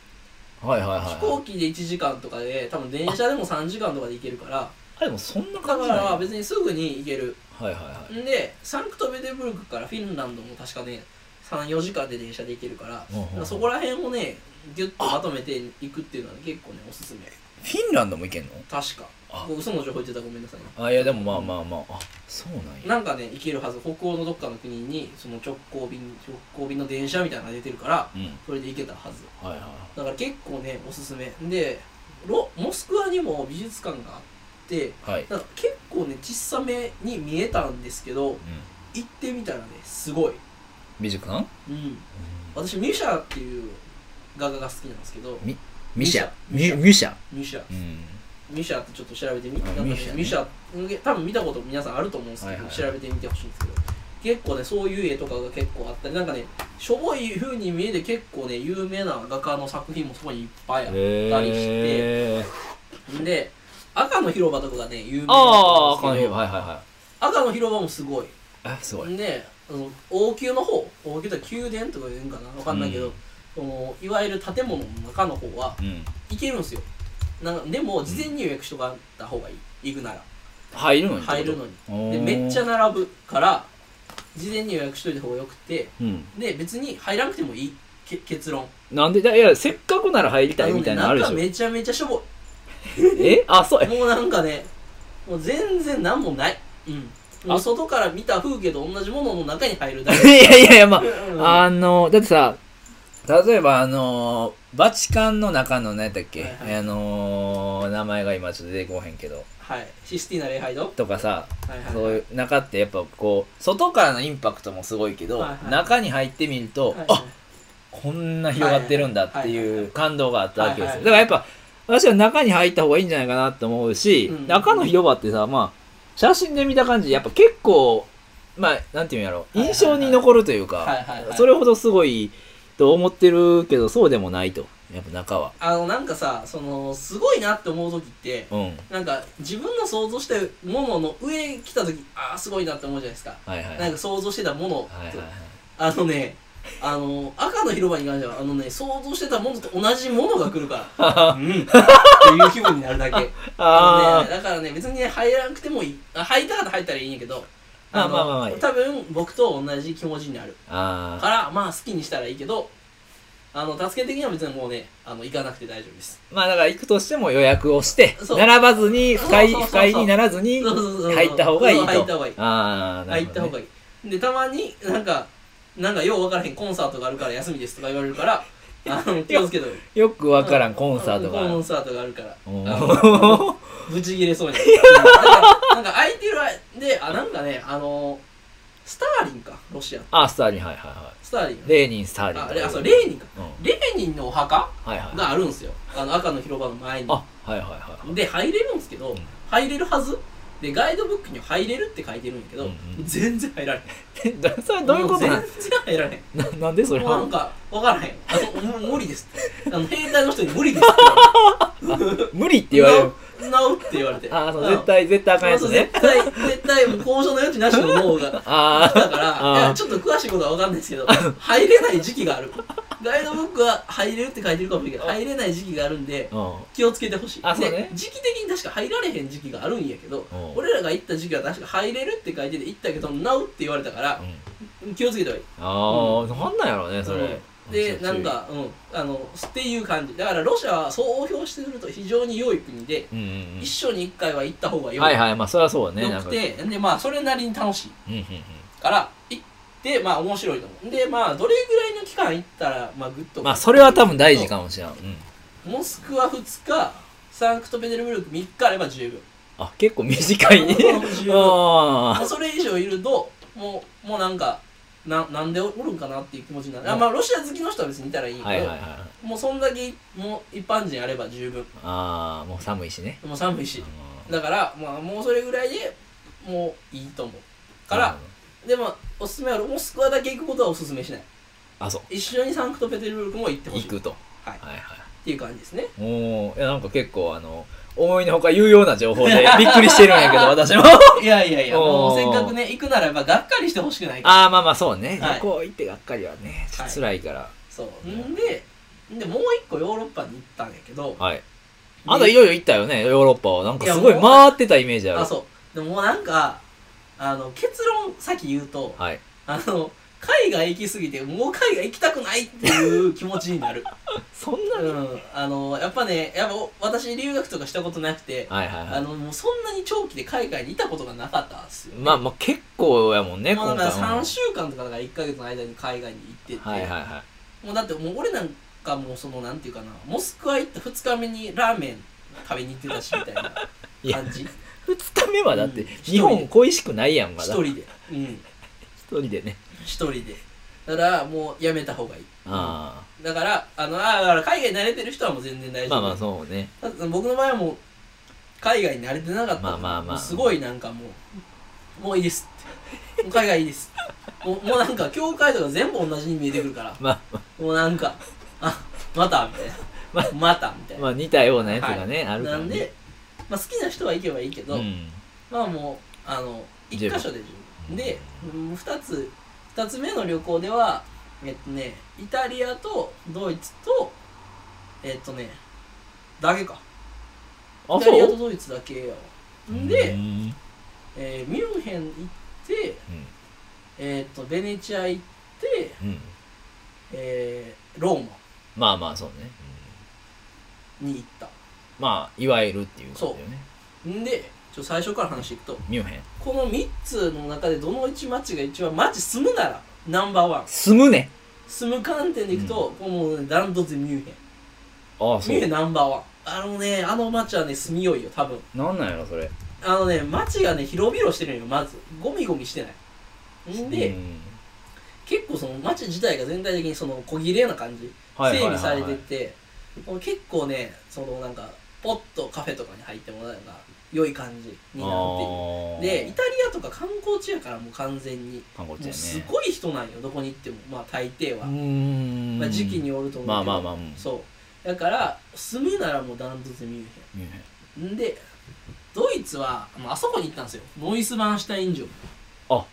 [SPEAKER 2] はいはい
[SPEAKER 1] 飛行
[SPEAKER 2] はい。
[SPEAKER 1] 機で1時間とかで多分電車でも3時間とかで行けるから
[SPEAKER 2] あ、でもそんな
[SPEAKER 1] だか
[SPEAKER 2] 感じなんや
[SPEAKER 1] ら別にすぐに行ける
[SPEAKER 2] はいはいはい。
[SPEAKER 1] んでサンクトペテルブルクからフィンランドも確かね34時間で電車で行けるから
[SPEAKER 2] うんうん
[SPEAKER 1] だからそこら辺をねギュッとまとめて行くっていうのはね結構ねおすすめ
[SPEAKER 2] フィンランドも行けんの
[SPEAKER 1] 確か
[SPEAKER 2] あ
[SPEAKER 1] ここ嘘の情報言ってたらごめんなさいね
[SPEAKER 2] あ、いやでもまあまあまあ。あ、そうなんや。
[SPEAKER 1] なんかね行けるはず北欧のどっかの国にその直行便直行便の電車みたいなのが出てるから
[SPEAKER 2] うん。
[SPEAKER 1] それで行けたはず
[SPEAKER 2] はいはいは
[SPEAKER 1] だから結構ねおすすめでロモスクワにも美術館があって
[SPEAKER 2] い。はい。
[SPEAKER 1] なんか結構ね小さめに見えたんですけど
[SPEAKER 2] うん。
[SPEAKER 1] 行ってみたらねすごい、
[SPEAKER 2] 美術館
[SPEAKER 1] うん、私ミュシャっていう画家が好きなんですけど
[SPEAKER 2] ミミシャ。
[SPEAKER 1] ミ
[SPEAKER 2] ミ
[SPEAKER 1] シャミ
[SPEAKER 2] ミシャ。
[SPEAKER 1] ュシャ
[SPEAKER 2] うん。
[SPEAKER 1] ミュシャってちょっと調べてみ
[SPEAKER 2] あ
[SPEAKER 1] なんかね
[SPEAKER 2] ミュシャね
[SPEAKER 1] ミュシャ多分見たこと皆さんあると思うんですけど、
[SPEAKER 2] はいはいは
[SPEAKER 1] 調
[SPEAKER 2] い
[SPEAKER 1] べてみてほしいんですけど結構ねそういう絵とかが結構あったりなんかねしょぼい風に見えて結構ね有名な画家の作品もそこにいっぱいあったりして、
[SPEAKER 2] へー。
[SPEAKER 1] んで赤の広場とかがね有名な
[SPEAKER 2] ああ、
[SPEAKER 1] と
[SPEAKER 2] こ
[SPEAKER 1] こ
[SPEAKER 2] の
[SPEAKER 1] なんです
[SPEAKER 2] 辺
[SPEAKER 1] けど
[SPEAKER 2] はいはいは
[SPEAKER 1] 赤の広場もすごい
[SPEAKER 2] い。あ、すごい。
[SPEAKER 1] んであの王宮の方王宮とか宮殿とか言うんかなわかんないけど、
[SPEAKER 2] うん
[SPEAKER 1] そのいわゆる建物の中の方は
[SPEAKER 2] うん。
[SPEAKER 1] 行けるんですよなんかでも事前入約しとかあった方がいい行くなら
[SPEAKER 2] 入るのにってこと。
[SPEAKER 1] 入るのに
[SPEAKER 2] おー
[SPEAKER 1] でめっちゃ。並ぶから事前に予約しといた方がよくて
[SPEAKER 2] うん。
[SPEAKER 1] で別に入らなくてもいいけ結論
[SPEAKER 2] なんで、いやいや、せっかくなら入りたいみたいなのあるで
[SPEAKER 1] あ
[SPEAKER 2] し
[SPEAKER 1] の
[SPEAKER 2] ょ
[SPEAKER 1] ね中。めちゃめちゃしょぼ
[SPEAKER 2] え
[SPEAKER 1] *laughs*
[SPEAKER 2] あ、そう。
[SPEAKER 1] いもうなんかねもう全然なんもないうんもう
[SPEAKER 2] あ
[SPEAKER 1] 外から見た風景と同じものの中に入るだ
[SPEAKER 2] *laughs* え
[SPEAKER 1] け
[SPEAKER 2] いやいやいや、まあ、
[SPEAKER 1] うん
[SPEAKER 2] あの、だってさ、例えばあのー、バチカンの中の何やったっけ、
[SPEAKER 1] はいはい
[SPEAKER 2] あのー、名前が今ちょっと出てこうへんけど、
[SPEAKER 1] はいシスティーナ礼拝堂
[SPEAKER 2] とかさ、
[SPEAKER 1] はいはい
[SPEAKER 2] そういう中ってやっぱこう、外からのインパクトもすごいけど、
[SPEAKER 1] はいはい
[SPEAKER 2] 中に入ってみると、
[SPEAKER 1] はい
[SPEAKER 2] あこんな広がってるんだって
[SPEAKER 1] はいはいはいはいいう
[SPEAKER 2] 感動があったわけですよ。
[SPEAKER 1] はいはい
[SPEAKER 2] だからやっぱ、私は中に入った方がいいんじゃないかなと思うし、
[SPEAKER 1] うん
[SPEAKER 2] 中の広場ってさ、まあ、写真で見た感じ、やっぱ結構、まあ、なんていうんやろ、
[SPEAKER 1] いはいはい
[SPEAKER 2] 印象に残るという
[SPEAKER 1] は
[SPEAKER 2] か
[SPEAKER 1] いはいは、い
[SPEAKER 2] それほどすごいと思ってるけど、そうでもないと。やっぱ中は。
[SPEAKER 1] あのなんかさそのすごいなって思う時って
[SPEAKER 2] うん。はい
[SPEAKER 1] なんか自分の想像したものの上来た時ああすごいなって思うじゃないですか
[SPEAKER 2] はい。はいは
[SPEAKER 1] ないんか想像してたものと
[SPEAKER 2] はい。
[SPEAKER 1] あのね、あの、赤の広場に関しては、あのね、想像してたものと同じものが来る
[SPEAKER 2] *laughs*
[SPEAKER 1] から、うん、っていう気分になるだけ。あの
[SPEAKER 2] あ
[SPEAKER 1] ね、だからね、別にね、入らなくてもいい。あ入ったら入ったらいいんやけど、
[SPEAKER 2] まあ
[SPEAKER 1] の
[SPEAKER 2] まあまあまあいい
[SPEAKER 1] 多分僕と同じ気持ちになる。
[SPEAKER 2] あ。あ
[SPEAKER 1] か
[SPEAKER 2] あ。
[SPEAKER 1] ら、まあ好きにしたらいいけど、あの、助け的には別にもうね、あの、行かなくて大丈夫です。
[SPEAKER 2] まあだから行くとしても予約をして、
[SPEAKER 1] そう
[SPEAKER 2] 並ばずに、不快、
[SPEAKER 1] そうそう
[SPEAKER 2] 不
[SPEAKER 1] そうそう
[SPEAKER 2] 快にならずに、
[SPEAKER 1] そうそうそうそう
[SPEAKER 2] *laughs* 入った方がいい
[SPEAKER 1] そ
[SPEAKER 2] と。
[SPEAKER 1] う入った方がいい
[SPEAKER 2] ああ、なる
[SPEAKER 1] 入っ
[SPEAKER 2] ほ
[SPEAKER 1] た方
[SPEAKER 2] ど、ね。
[SPEAKER 1] がいい。で、たまになんか、なんかよう分からへんコンサートがあるから休みですとか言われるから、あの、気をつけて
[SPEAKER 2] よくわからんコンサートがあ
[SPEAKER 1] コン
[SPEAKER 2] る。
[SPEAKER 1] サートがあるから
[SPEAKER 2] お
[SPEAKER 1] あ
[SPEAKER 2] ー
[SPEAKER 1] の *laughs* ぶち切れ
[SPEAKER 2] *laughs*
[SPEAKER 1] そうになるなんかなんか空いてるあであなんかねあのスターリンかロシアの
[SPEAKER 2] あ、スターリン、はいはいは
[SPEAKER 1] スターリン
[SPEAKER 2] い。レーニン、スターリン。
[SPEAKER 1] あれあそうレーニンか
[SPEAKER 2] うん。
[SPEAKER 1] レーニンのお墓
[SPEAKER 2] はいはい。
[SPEAKER 1] があるんですよあの赤の広場の前に
[SPEAKER 2] あ、はいはいはい。 *laughs*
[SPEAKER 1] で入れるんですけど、
[SPEAKER 2] うん
[SPEAKER 1] 入れるはずでガイドブックには入れるって書いてるんやけど、
[SPEAKER 2] うんうん
[SPEAKER 1] 全然入られへん
[SPEAKER 2] でそれ *laughs* どういうこと
[SPEAKER 1] も
[SPEAKER 2] な
[SPEAKER 1] 全然入られへん
[SPEAKER 2] ななんでそれ
[SPEAKER 1] もうな
[SPEAKER 2] は
[SPEAKER 1] んか分からへんあ
[SPEAKER 2] *laughs*
[SPEAKER 1] のもう無理ですってあの兵隊の人に無理ですって言われて
[SPEAKER 2] 無理って言われる。
[SPEAKER 1] 治治って言われて
[SPEAKER 2] あー、そう、
[SPEAKER 1] ん
[SPEAKER 2] 絶対、絶対あかんや
[SPEAKER 1] そう
[SPEAKER 2] つ
[SPEAKER 1] そう
[SPEAKER 2] ね
[SPEAKER 1] 絶。対、絶対、もう交渉の余地なしの脳が。だ
[SPEAKER 2] あ
[SPEAKER 1] か
[SPEAKER 2] あ
[SPEAKER 1] ら、いやちょっと詳しいことは分かんないですけど、入れない時期がある。ガイドブックは入れるって書いてるかもしれないけど、入れない時期があるんで *laughs*
[SPEAKER 2] あ。、うん。
[SPEAKER 1] 気をつけてほしい。
[SPEAKER 2] あそうね
[SPEAKER 1] で時期的に確か入られへん時期があるんやけど
[SPEAKER 2] う、ん
[SPEAKER 1] 俺らが行った時期は確か入れるって書いてて行ったけど、治って言われたから、気をつけてはいい。
[SPEAKER 2] ああ、なんなんやろうね、それ。
[SPEAKER 1] で、なん。か、うん、あの、っていう感じ。だから、ロシアは総評してすると非常に良い国で、
[SPEAKER 2] うんうん
[SPEAKER 1] 一生に一回は行った方が良
[SPEAKER 2] うん。
[SPEAKER 1] い。
[SPEAKER 2] はいはい、まあそれはそうね。
[SPEAKER 1] 良
[SPEAKER 2] なん
[SPEAKER 1] く
[SPEAKER 2] か。
[SPEAKER 1] て、で、まあ、それなりに楽しい。
[SPEAKER 2] うんうんうん。
[SPEAKER 1] から行ってまあ面白いと思うでまあどれぐらいの期間行ったらまあグッと
[SPEAKER 2] まあそれは多分大事かもしれん。うん。
[SPEAKER 1] モスクワ2日サンクトペテルブルク3日あれば十分
[SPEAKER 2] あ、結構短い
[SPEAKER 1] *laughs*
[SPEAKER 2] ね。
[SPEAKER 1] 十分
[SPEAKER 2] あ
[SPEAKER 1] まあ
[SPEAKER 2] あ。
[SPEAKER 1] それ以上いるともうもうなんかななんでおるんかなっていう気持ちになる、あまあロシア好きの人は別にいたらいいけど、
[SPEAKER 2] はいはいはい。
[SPEAKER 1] もうそんだけもう一般人あれば十分
[SPEAKER 2] ああ、もう寒いしね。
[SPEAKER 1] もう寒いしだから、まあ、もうそれぐらいでもういいと思うか
[SPEAKER 2] なる
[SPEAKER 1] ら
[SPEAKER 2] ほ
[SPEAKER 1] で
[SPEAKER 2] ど、
[SPEAKER 1] もおすすめはモスクワだけ行くことはおすすめしない
[SPEAKER 2] あ、そう。
[SPEAKER 1] 一緒にサンクトペテルブルクも行ってほし
[SPEAKER 2] 行
[SPEAKER 1] い
[SPEAKER 2] くと。
[SPEAKER 1] はい、っ
[SPEAKER 2] はいはい。
[SPEAKER 1] ていう感じですね
[SPEAKER 2] おーいやなんか結構あの、思いのほか有用な情
[SPEAKER 1] *laughs*
[SPEAKER 2] 報でびっくりしてるんやけど、私も。
[SPEAKER 1] *laughs* いやいやいや
[SPEAKER 2] おー
[SPEAKER 1] もうせっかくね行くならばがっかりしてほしくないから
[SPEAKER 2] ああ、まあまあそうね。
[SPEAKER 1] はい
[SPEAKER 2] 旅行行ってがっかりはね、ちょっと辛いから。
[SPEAKER 1] そううんででもう一個ヨーロッパに行ったんやけど
[SPEAKER 2] はい。あんたいよいよ行ったよね、ヨーロッパを。なんかすごい
[SPEAKER 1] いやもう
[SPEAKER 2] 回ってたイメージある。
[SPEAKER 1] あそうでももうなんかあの結論先言うと、
[SPEAKER 2] はい。
[SPEAKER 1] あの海外行きすぎてもう海外行きたくないっていう気持ちにな *laughs* る、
[SPEAKER 2] そんな
[SPEAKER 1] う
[SPEAKER 2] に
[SPEAKER 1] ん、あのやっぱねやっぱ私留学とかしたことなくて、
[SPEAKER 2] はいはいは
[SPEAKER 1] あ
[SPEAKER 2] い。
[SPEAKER 1] のもうそんなに長期で海外にいたことがなかったんですよ、
[SPEAKER 2] まあまあ結構やもんね、
[SPEAKER 1] もう
[SPEAKER 2] 今
[SPEAKER 1] だか
[SPEAKER 2] 回
[SPEAKER 1] ら
[SPEAKER 2] は。
[SPEAKER 1] 3週間とかだから1ヶ月の間に海外に行ってて、
[SPEAKER 2] はいはいは
[SPEAKER 1] もうだってもう俺なんかもうそのなんていうかなモスクワ行った2日目にラーメン食べに行ってたしみたい
[SPEAKER 2] *laughs* いや
[SPEAKER 1] な感じ
[SPEAKER 2] い。2日目はだって、
[SPEAKER 1] うん
[SPEAKER 2] 日本恋しくないやん、ま
[SPEAKER 1] 一
[SPEAKER 2] だ。
[SPEAKER 1] 人でうん
[SPEAKER 2] 一人でね。
[SPEAKER 1] 一人でだからもうやめた方がいい
[SPEAKER 2] あ
[SPEAKER 1] だからあのあだから海外に慣れてる人はもう全然大
[SPEAKER 2] あ。
[SPEAKER 1] 丈夫
[SPEAKER 2] まあまあそうね。
[SPEAKER 1] だって僕の場合はもう海外に慣れてなかったから
[SPEAKER 2] まあまあまあ
[SPEAKER 1] もうすごいなんかもうもういいですってもう海外いいですもうもうなんか教会とか全部同じに見えてくるから
[SPEAKER 2] まあま
[SPEAKER 1] もうなんかあまたみたいな、またみた
[SPEAKER 2] あ、
[SPEAKER 1] いな、
[SPEAKER 2] *laughs* まあ似たようなやつがね、あるか
[SPEAKER 1] な
[SPEAKER 2] らね。
[SPEAKER 1] んで、まあ、好きな人は行けばいいけど、
[SPEAKER 2] うん。
[SPEAKER 1] まあもうあの一箇所で十分でうん二つ二つ目の旅行ではえっとねイタリアとドイツとえっとねだけか
[SPEAKER 2] あ、
[SPEAKER 1] イタリア
[SPEAKER 2] そ
[SPEAKER 1] と
[SPEAKER 2] う
[SPEAKER 1] ドイツだけやわん
[SPEAKER 2] う
[SPEAKER 1] で、
[SPEAKER 2] ん
[SPEAKER 1] えーミュンヘン行って、えっとベネチア行って、
[SPEAKER 2] うんうん
[SPEAKER 1] えーローマ
[SPEAKER 2] まあまあそうね。
[SPEAKER 1] に行った
[SPEAKER 2] まあ、いわゆるっていうことだよね。
[SPEAKER 1] んでちょ最初から話していくと
[SPEAKER 2] ミュンヘン。
[SPEAKER 1] この3つの中でどの一町が一番マジ住むならナンバーワン
[SPEAKER 2] 住むね。
[SPEAKER 1] 住む観点でいくと、こうもうねダントツミュンヘン
[SPEAKER 2] ああ、そ
[SPEAKER 1] ミュンヘ
[SPEAKER 2] う
[SPEAKER 1] ン。ナンバーワンあのねあの町はね住みよいよ多分
[SPEAKER 2] なんなんやろ、それ。
[SPEAKER 1] あのね町がね広々してるんよまずゴミゴミしてないんで、
[SPEAKER 2] うん
[SPEAKER 1] 結構その町自体が全体的にその小切れな感じ
[SPEAKER 2] はい
[SPEAKER 1] 整
[SPEAKER 2] はいはい
[SPEAKER 1] 備
[SPEAKER 2] はい
[SPEAKER 1] されてて、こう結構ねそのなんかポッとカフェとかに入ってもなんか良い感じになって
[SPEAKER 2] あー
[SPEAKER 1] いるでイタリアとか観光地やからもう完全に
[SPEAKER 2] 観光地
[SPEAKER 1] もう
[SPEAKER 2] やね。
[SPEAKER 1] すごい人なんよどこに行ってもまあ大抵は、
[SPEAKER 2] うーん。
[SPEAKER 1] まあ、時期によると思うけど
[SPEAKER 2] まあまあまあ、うん
[SPEAKER 1] そうだから住むならもうダントツミュン
[SPEAKER 2] ミュンヘン
[SPEAKER 1] ヘンんでドイツは、まああそこに行ったんですよノイスバーンシュタイン城
[SPEAKER 2] あ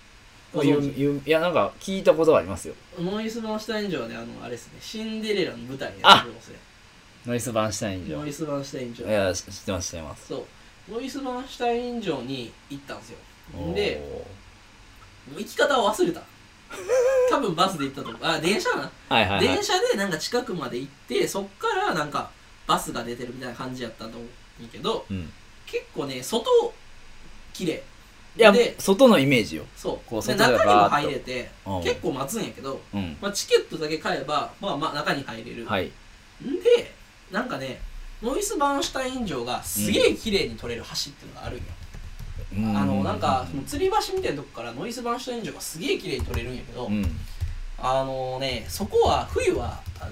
[SPEAKER 1] ご
[SPEAKER 2] まあ
[SPEAKER 1] 存
[SPEAKER 2] ゆ
[SPEAKER 1] 知
[SPEAKER 2] ゆいや、なんか聞いたことがありますよ。
[SPEAKER 1] ノイスバーンシュタイン城はねあのあれですねシンデレラの舞台で
[SPEAKER 2] あ
[SPEAKER 1] やってるんですね
[SPEAKER 2] ノイスバーンシュタイン
[SPEAKER 1] ノ
[SPEAKER 2] 城。
[SPEAKER 1] イスバーンシュタイン城
[SPEAKER 2] いや、知知ってます、知ってます。
[SPEAKER 1] そうノイスバーンシュタイン城に行ったんですよで
[SPEAKER 2] おー、
[SPEAKER 1] もう行き方を忘れた多分バスで行ったと思うあ電車な
[SPEAKER 2] はいはいはい
[SPEAKER 1] 電。車でなんか近くまで行ってそっからなんかバスが出てるみたいな感じやったと思うんやけど
[SPEAKER 2] うん
[SPEAKER 1] 結構ね外綺麗
[SPEAKER 2] いや
[SPEAKER 1] で、
[SPEAKER 2] 外のイメージよ。
[SPEAKER 1] そう
[SPEAKER 2] こう
[SPEAKER 1] で
[SPEAKER 2] 外
[SPEAKER 1] 中
[SPEAKER 2] が
[SPEAKER 1] にも
[SPEAKER 2] バーッ
[SPEAKER 1] 入
[SPEAKER 2] と
[SPEAKER 1] れて
[SPEAKER 2] うん
[SPEAKER 1] 結構待つんやけど、
[SPEAKER 2] うん。
[SPEAKER 1] まあ、チケットだけ買えば、まあ、まあ中に入れる、
[SPEAKER 2] はい。
[SPEAKER 1] んでなんかねノイスバーンシュタイン城がすげえ綺麗に撮れる橋っていうのがあるんよ、
[SPEAKER 2] うん
[SPEAKER 1] あのなんかその吊り橋みたいなとこからノイスバーンシュタイン城がすげえ綺麗に撮れるんやけど、
[SPEAKER 2] うん。
[SPEAKER 1] あのねそこは冬はあの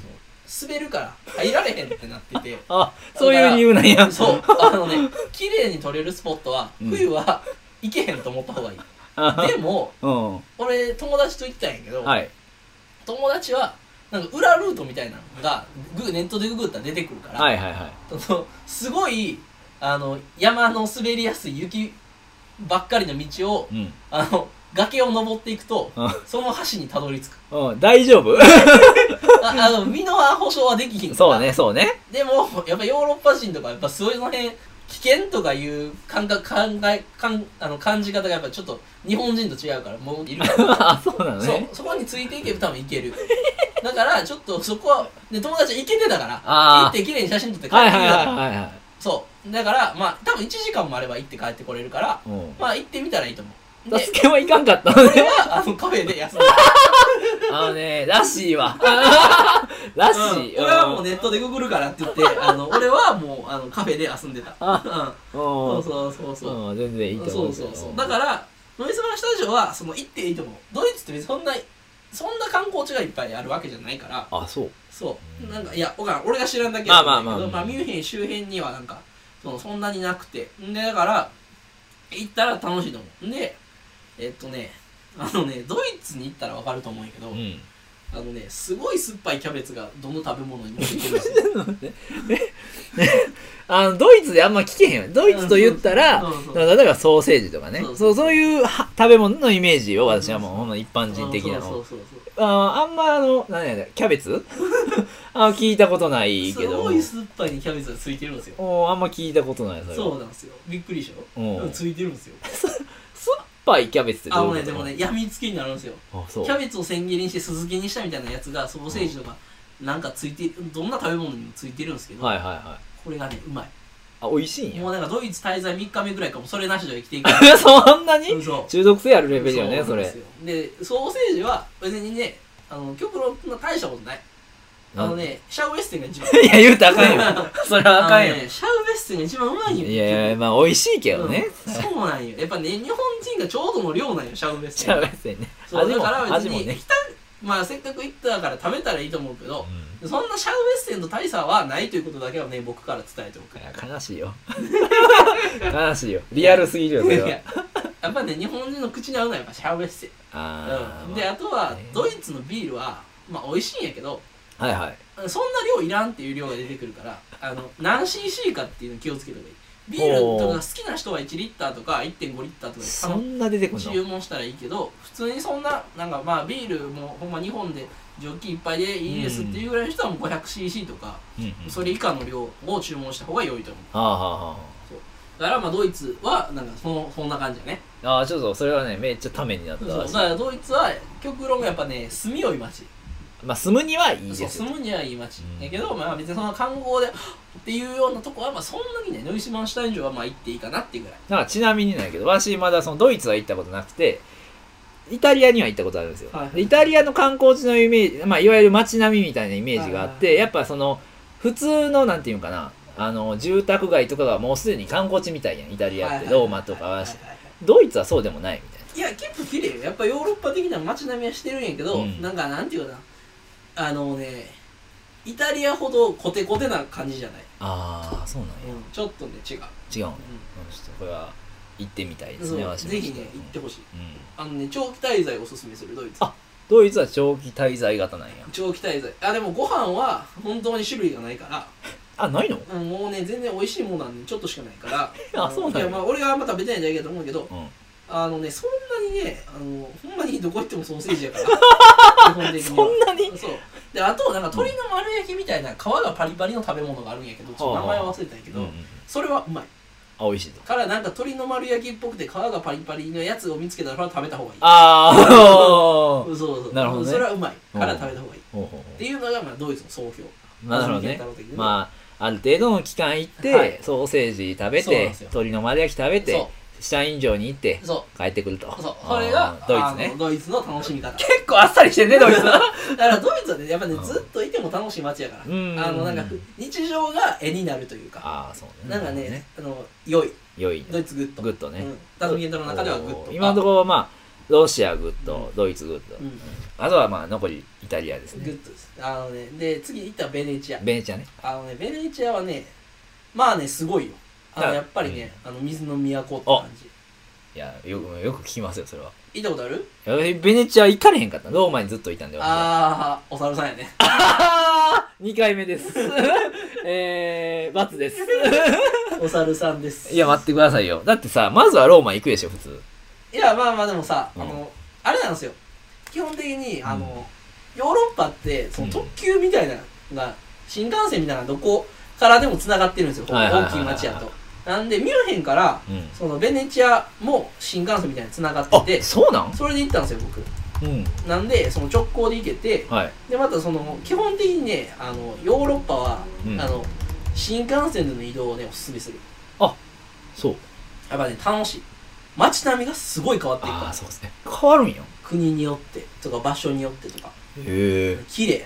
[SPEAKER 1] 滑るから入られへんってなって
[SPEAKER 2] *laughs*
[SPEAKER 1] て
[SPEAKER 2] あ、そういう理由なんや。 *laughs*
[SPEAKER 1] そう。あのね綺麗に撮れるスポットは
[SPEAKER 2] うん
[SPEAKER 1] 冬は行けへんと思った方がいい、
[SPEAKER 2] *laughs* あ
[SPEAKER 1] でも
[SPEAKER 2] うん。
[SPEAKER 1] 俺友達と行ったんやけど、
[SPEAKER 2] はい。
[SPEAKER 1] 友達はなんか裏ルートみたいなのがグネットでググったら出てくるから、
[SPEAKER 2] はいはいはい。
[SPEAKER 1] そのすごいあの山の滑りやすい雪ばっかりの道を
[SPEAKER 2] うん。
[SPEAKER 1] あの崖を登っていくと
[SPEAKER 2] うん
[SPEAKER 1] その橋にたどり着く
[SPEAKER 2] うん、大丈夫 *laughs*
[SPEAKER 1] ああの身の保証はできひんから
[SPEAKER 2] そうね、そうね。 *laughs*
[SPEAKER 1] でもやっぱヨーロッパ人とかやっぱそういうの辺危険とかいう感覚考えかんあの感じ方がやっぱちょっと日本人と違うからもういるから
[SPEAKER 2] あ、そうなの
[SPEAKER 1] そう
[SPEAKER 2] ね。
[SPEAKER 1] そこについていけば多分いけるだからちょっとそこはで友達は行けてたから
[SPEAKER 2] あー
[SPEAKER 1] 行って綺麗に写真撮って帰っ
[SPEAKER 2] は
[SPEAKER 1] て
[SPEAKER 2] い
[SPEAKER 1] きた
[SPEAKER 2] はいは
[SPEAKER 1] か
[SPEAKER 2] い
[SPEAKER 1] ら
[SPEAKER 2] はいは
[SPEAKER 1] そうだからまあ多分1時間もあれば行って帰ってこれるから
[SPEAKER 2] い。うん。
[SPEAKER 1] まあ行ってみたらいいと思うで
[SPEAKER 2] 助けはいかんかったの
[SPEAKER 1] 俺
[SPEAKER 2] *laughs* ね。
[SPEAKER 1] はあのカフェで休んだ
[SPEAKER 2] あのね、らしい *laughs* わ。らし
[SPEAKER 1] うん
[SPEAKER 2] い。
[SPEAKER 1] 俺はもうネットでググるからって言ってあの俺はもうあのカフェで休んでた
[SPEAKER 2] あうん。
[SPEAKER 1] うん
[SPEAKER 2] そ
[SPEAKER 1] そうそうそうそう
[SPEAKER 2] うん。全然いいと
[SPEAKER 1] そ
[SPEAKER 2] 思
[SPEAKER 1] う
[SPEAKER 2] う。
[SPEAKER 1] そうそうだからノイズバーンスタジオはその行っていいと思うドイツって別にそんなそんな観光地がいっぱいあるわけじゃないから
[SPEAKER 2] ら、あ、そう。
[SPEAKER 1] そうなんかいやわからん俺が知らんだけ
[SPEAKER 2] まあ
[SPEAKER 1] だと思う
[SPEAKER 2] まあまあ
[SPEAKER 1] けどまあミュンヘン周辺にはなんかそのそんなになくてんでだから行ったら楽しいと思うんでえっとねあのねドイツに行ったらわかると思うんやけど、
[SPEAKER 2] *laughs* うん。
[SPEAKER 1] あのねすごい酸っぱいキャベツがどの食べ物にもついてるんですよ
[SPEAKER 2] あの、ドイツであんま聞けへんよね。 *laughs* ドイツと言ったら、
[SPEAKER 1] うんそうそうそう
[SPEAKER 2] 例えばソーセージとかね
[SPEAKER 1] そう。
[SPEAKER 2] そ、
[SPEAKER 1] そうう
[SPEAKER 2] そういうは食べ物のイメージを私はもうほんま一般人的
[SPEAKER 1] う
[SPEAKER 2] な
[SPEAKER 1] んそ
[SPEAKER 2] の。
[SPEAKER 1] うそうそう
[SPEAKER 2] あーあんまあの、何やねキャベツ *laughs* あー聞いたことないけ
[SPEAKER 1] す
[SPEAKER 2] ど
[SPEAKER 1] ご。い酸っぱいにキャベツがついてるんですよ
[SPEAKER 2] おーあんま聞いたことない、それは。
[SPEAKER 1] そうなんですよびっくりでしょ
[SPEAKER 2] うん
[SPEAKER 1] でもついてるんですよ
[SPEAKER 2] 酸っぱいキャベツって
[SPEAKER 1] あ
[SPEAKER 2] ど
[SPEAKER 1] の
[SPEAKER 2] うい
[SPEAKER 1] ね
[SPEAKER 2] う
[SPEAKER 1] で
[SPEAKER 2] こと
[SPEAKER 1] もねやみつきになるんですよ
[SPEAKER 2] あ、そう。
[SPEAKER 1] キャベツを千切りにして酢漬けにしたみたいなやつがソーセージとかなんかついてるどんな食べ物にもついてるんですけど、
[SPEAKER 2] はいはいはい。
[SPEAKER 1] これがねうま
[SPEAKER 2] あ、美味しいん
[SPEAKER 1] い
[SPEAKER 2] や。
[SPEAKER 1] もうなんかドイツ滞在3日目ぐらいかもそれなしでは生きて
[SPEAKER 2] *laughs*
[SPEAKER 1] いく
[SPEAKER 2] そんなに
[SPEAKER 1] 嘘
[SPEAKER 2] 中毒性あるレベルよね、そ
[SPEAKER 1] そうなんで
[SPEAKER 2] れ
[SPEAKER 1] す。よでソーセージは別にねあの極論そんな大したことないあのねシャウエッセンが一番
[SPEAKER 2] いや、言うたらあかんよ。それ *laughs* はあかん
[SPEAKER 1] あ
[SPEAKER 2] よ
[SPEAKER 1] の。ねシャウエッセンが一番うまいよ
[SPEAKER 2] いやいや、まあ、美味しいけどね。
[SPEAKER 1] うんそうなんよやっぱね日本人がちょうどの量なんよシャウエッ
[SPEAKER 2] シ
[SPEAKER 1] セン
[SPEAKER 2] ャウエ
[SPEAKER 1] が
[SPEAKER 2] ッセンね。
[SPEAKER 1] そう
[SPEAKER 2] 味
[SPEAKER 1] だ
[SPEAKER 2] も、
[SPEAKER 1] から別
[SPEAKER 2] 味も
[SPEAKER 1] に
[SPEAKER 2] ね。
[SPEAKER 1] 来たまあせっかく行ったから食べたらいいと思うけど、
[SPEAKER 2] う
[SPEAKER 1] そんなシャウエッセンと大差はないということだけはね僕から伝えておく
[SPEAKER 2] んいや悲しいよ。悲しいよ。リアルすぎるよ、それ
[SPEAKER 1] いや *laughs*
[SPEAKER 2] は。
[SPEAKER 1] やっぱね日本人の口に合うのはやっぱシャウエッセン、
[SPEAKER 2] あ
[SPEAKER 1] うん、
[SPEAKER 2] ー
[SPEAKER 1] で
[SPEAKER 2] ま
[SPEAKER 1] あとは
[SPEAKER 2] ね
[SPEAKER 1] ドイツのビールはまあ美味しいんやけど
[SPEAKER 2] あはいはい。
[SPEAKER 1] そんな量いらんっていう量が出てくるからあの何 cc かっていうの気をつけた方がいいビールとか好きな人は1リッターとか1.5リッターとかで
[SPEAKER 2] そ
[SPEAKER 1] 頼む
[SPEAKER 2] んな出てくんの
[SPEAKER 1] 注文したらいいけど普通にそんななんかまあビールもほんま2本でジョッキいっぱいでいいですっていうぐらいの人はもう 500cc とか
[SPEAKER 2] うんうん
[SPEAKER 1] それ以下の量を注文した方が良いと思う
[SPEAKER 2] はあはあは
[SPEAKER 1] だからまあドイツはなんかそのそんな感じだね
[SPEAKER 2] あ。ああー、ちょっとそれはね、めっちゃためになった
[SPEAKER 1] そう
[SPEAKER 2] わ
[SPEAKER 1] だからドイツは極論やっぱね住みよい町
[SPEAKER 2] まあ、住むにはいい
[SPEAKER 1] そ
[SPEAKER 2] で
[SPEAKER 1] う
[SPEAKER 2] すよ
[SPEAKER 1] 住むにはいい町
[SPEAKER 2] うん
[SPEAKER 1] やけどまあ別にその観光でっていうようなとこはまあそんなにねノイシュマンシュタイン城はまあ行っていいかなっていうぐらい
[SPEAKER 2] なんかちなみになんやけど、私まだそのドイツは行ったことなくて、イタリアには行ったことあるんですよ。
[SPEAKER 1] はいはい
[SPEAKER 2] でイタリアの観光地のイメージ、まあ、いわゆる街並みみたいなイメージがあって、
[SPEAKER 1] はい
[SPEAKER 2] やっぱその、普通の、なんていうのかな、あの、住宅街とかがもうすでに観光地みたいやん。イタリアって、ローマとかは。ドイツはそうでもないみたい
[SPEAKER 1] いや結構綺麗よやっぱヨーロッパ的な街並みはしてるんやけど、
[SPEAKER 2] うん
[SPEAKER 1] なんかなんていうかなあのねイタリアほどコテコテな感じじゃない、
[SPEAKER 2] な。ああ、そうなんや。
[SPEAKER 1] ちょっとね違う、
[SPEAKER 2] 違う
[SPEAKER 1] う
[SPEAKER 2] の、うん、ちょっとこれは行ってみたいで
[SPEAKER 1] ん、
[SPEAKER 2] す
[SPEAKER 1] そう
[SPEAKER 2] ね、私も
[SPEAKER 1] ぜひね行ってほしい
[SPEAKER 2] うん。
[SPEAKER 1] あのね長期滞在をおすすめするドイツ
[SPEAKER 2] あドイツは長期滞在型なんや。
[SPEAKER 1] 長期滞在あでもご飯は本当に種類がないから
[SPEAKER 2] あ、ないの
[SPEAKER 1] うんもうね全然美味しいものなんでちょっとしかないから
[SPEAKER 2] *laughs* あそうなん
[SPEAKER 1] い
[SPEAKER 2] や
[SPEAKER 1] やまあ俺があんま食べてないだけだと思うけど
[SPEAKER 2] うん。
[SPEAKER 1] あのねそんなにねあのほんまにどこ行ってもソーセージや
[SPEAKER 2] *laughs*
[SPEAKER 1] から基本的に
[SPEAKER 2] そ
[SPEAKER 1] は
[SPEAKER 2] んなに
[SPEAKER 1] そうであとなんか鶏の丸焼きみたいな皮がパリパリの食べ物があるんやけどちょっと名前忘れたんやけど、
[SPEAKER 2] うんうんうん
[SPEAKER 1] それはうまい
[SPEAKER 2] あ、美味しいと。
[SPEAKER 1] からなんか鶏の丸焼きっぽくて皮がパリパリのやつを見つけたら食べた方がいい
[SPEAKER 2] ああ
[SPEAKER 1] そうそう
[SPEAKER 2] なるほどね
[SPEAKER 1] それはうまいから食べた方がいいっ
[SPEAKER 2] ほうほうほ
[SPEAKER 1] ていうのがまあドイツの総評
[SPEAKER 2] うなるほどね
[SPEAKER 1] 安住健太郎的に
[SPEAKER 2] まあある程度の期間行って、
[SPEAKER 1] はい
[SPEAKER 2] ソーセージ食べ
[SPEAKER 1] そうなん
[SPEAKER 2] て
[SPEAKER 1] ですよ
[SPEAKER 2] 鶏の丸焼き食べて
[SPEAKER 1] そ
[SPEAKER 2] 社員城に行って
[SPEAKER 1] そ
[SPEAKER 2] 帰ってくると
[SPEAKER 1] うそうそれが
[SPEAKER 2] あードイツ
[SPEAKER 1] あの
[SPEAKER 2] ね
[SPEAKER 1] ドイツの楽しみ方
[SPEAKER 2] 結構あっさりしてんねドイツは
[SPEAKER 1] だからドイツはねやっぱね
[SPEAKER 2] うん
[SPEAKER 1] ずっといても楽しい街やからあ
[SPEAKER 2] うん
[SPEAKER 1] のなんかふ日常が絵になるというか
[SPEAKER 2] *laughs* ああそうね
[SPEAKER 1] なんかねあの良い
[SPEAKER 2] 良いね
[SPEAKER 1] ドイツグッド
[SPEAKER 2] グッドね、
[SPEAKER 1] うんダズミゲントの中ではグッド
[SPEAKER 2] 今のところはまあロシアグッド、ドイツグッド、
[SPEAKER 1] うん
[SPEAKER 2] あとはまあ残りイタリアです
[SPEAKER 1] グ
[SPEAKER 2] ね
[SPEAKER 1] ッドですあのねで次行ったベネチア
[SPEAKER 2] ベネチアね
[SPEAKER 1] あのねベネチアはねまあねすごいよあ
[SPEAKER 2] は
[SPEAKER 1] の
[SPEAKER 2] い
[SPEAKER 1] やっぱりね、あの水の都って感じ
[SPEAKER 2] いやよくよく聞きますよそれは
[SPEAKER 1] 行ったことある
[SPEAKER 2] いやベネチア行かれへんかったローマにずっといたんで私は
[SPEAKER 1] ああお猿さんやね
[SPEAKER 2] *laughs* あー2回 *laughs* 目です。えー、罰です。
[SPEAKER 1] お猿さんです
[SPEAKER 2] *laughs* いや、待ってくださいよ。だってさ、まずはローマ行くでしょ、普通。
[SPEAKER 1] いやまあまあでもさ、
[SPEAKER 2] うん
[SPEAKER 1] あのあれなんですよ基本的にあの、ヨーロッパってその特急みたいなのが、新幹線みたいなのがどこからでもつながってるんですよ、
[SPEAKER 2] はいはいはいはい
[SPEAKER 1] 大きい町やとなんでミュンヘンから
[SPEAKER 2] うん。
[SPEAKER 1] そのベネチアも新幹線みたいにつながって
[SPEAKER 2] あ、
[SPEAKER 1] て
[SPEAKER 2] そうなん
[SPEAKER 1] それで行ったんですよ僕
[SPEAKER 2] うん。
[SPEAKER 1] なんでその直行で行けて
[SPEAKER 2] はい。
[SPEAKER 1] でまたその基本的にねあのヨーロッパは、
[SPEAKER 2] うん
[SPEAKER 1] あの新幹線での移動をねおすすめする
[SPEAKER 2] そう。
[SPEAKER 1] やっぱね楽しい街並みがすごい変わっていくか
[SPEAKER 2] あ
[SPEAKER 1] ら
[SPEAKER 2] あ、そうですね。変わるんよ。
[SPEAKER 1] 国によってとか場所によってとか
[SPEAKER 2] へえ。
[SPEAKER 1] 綺麗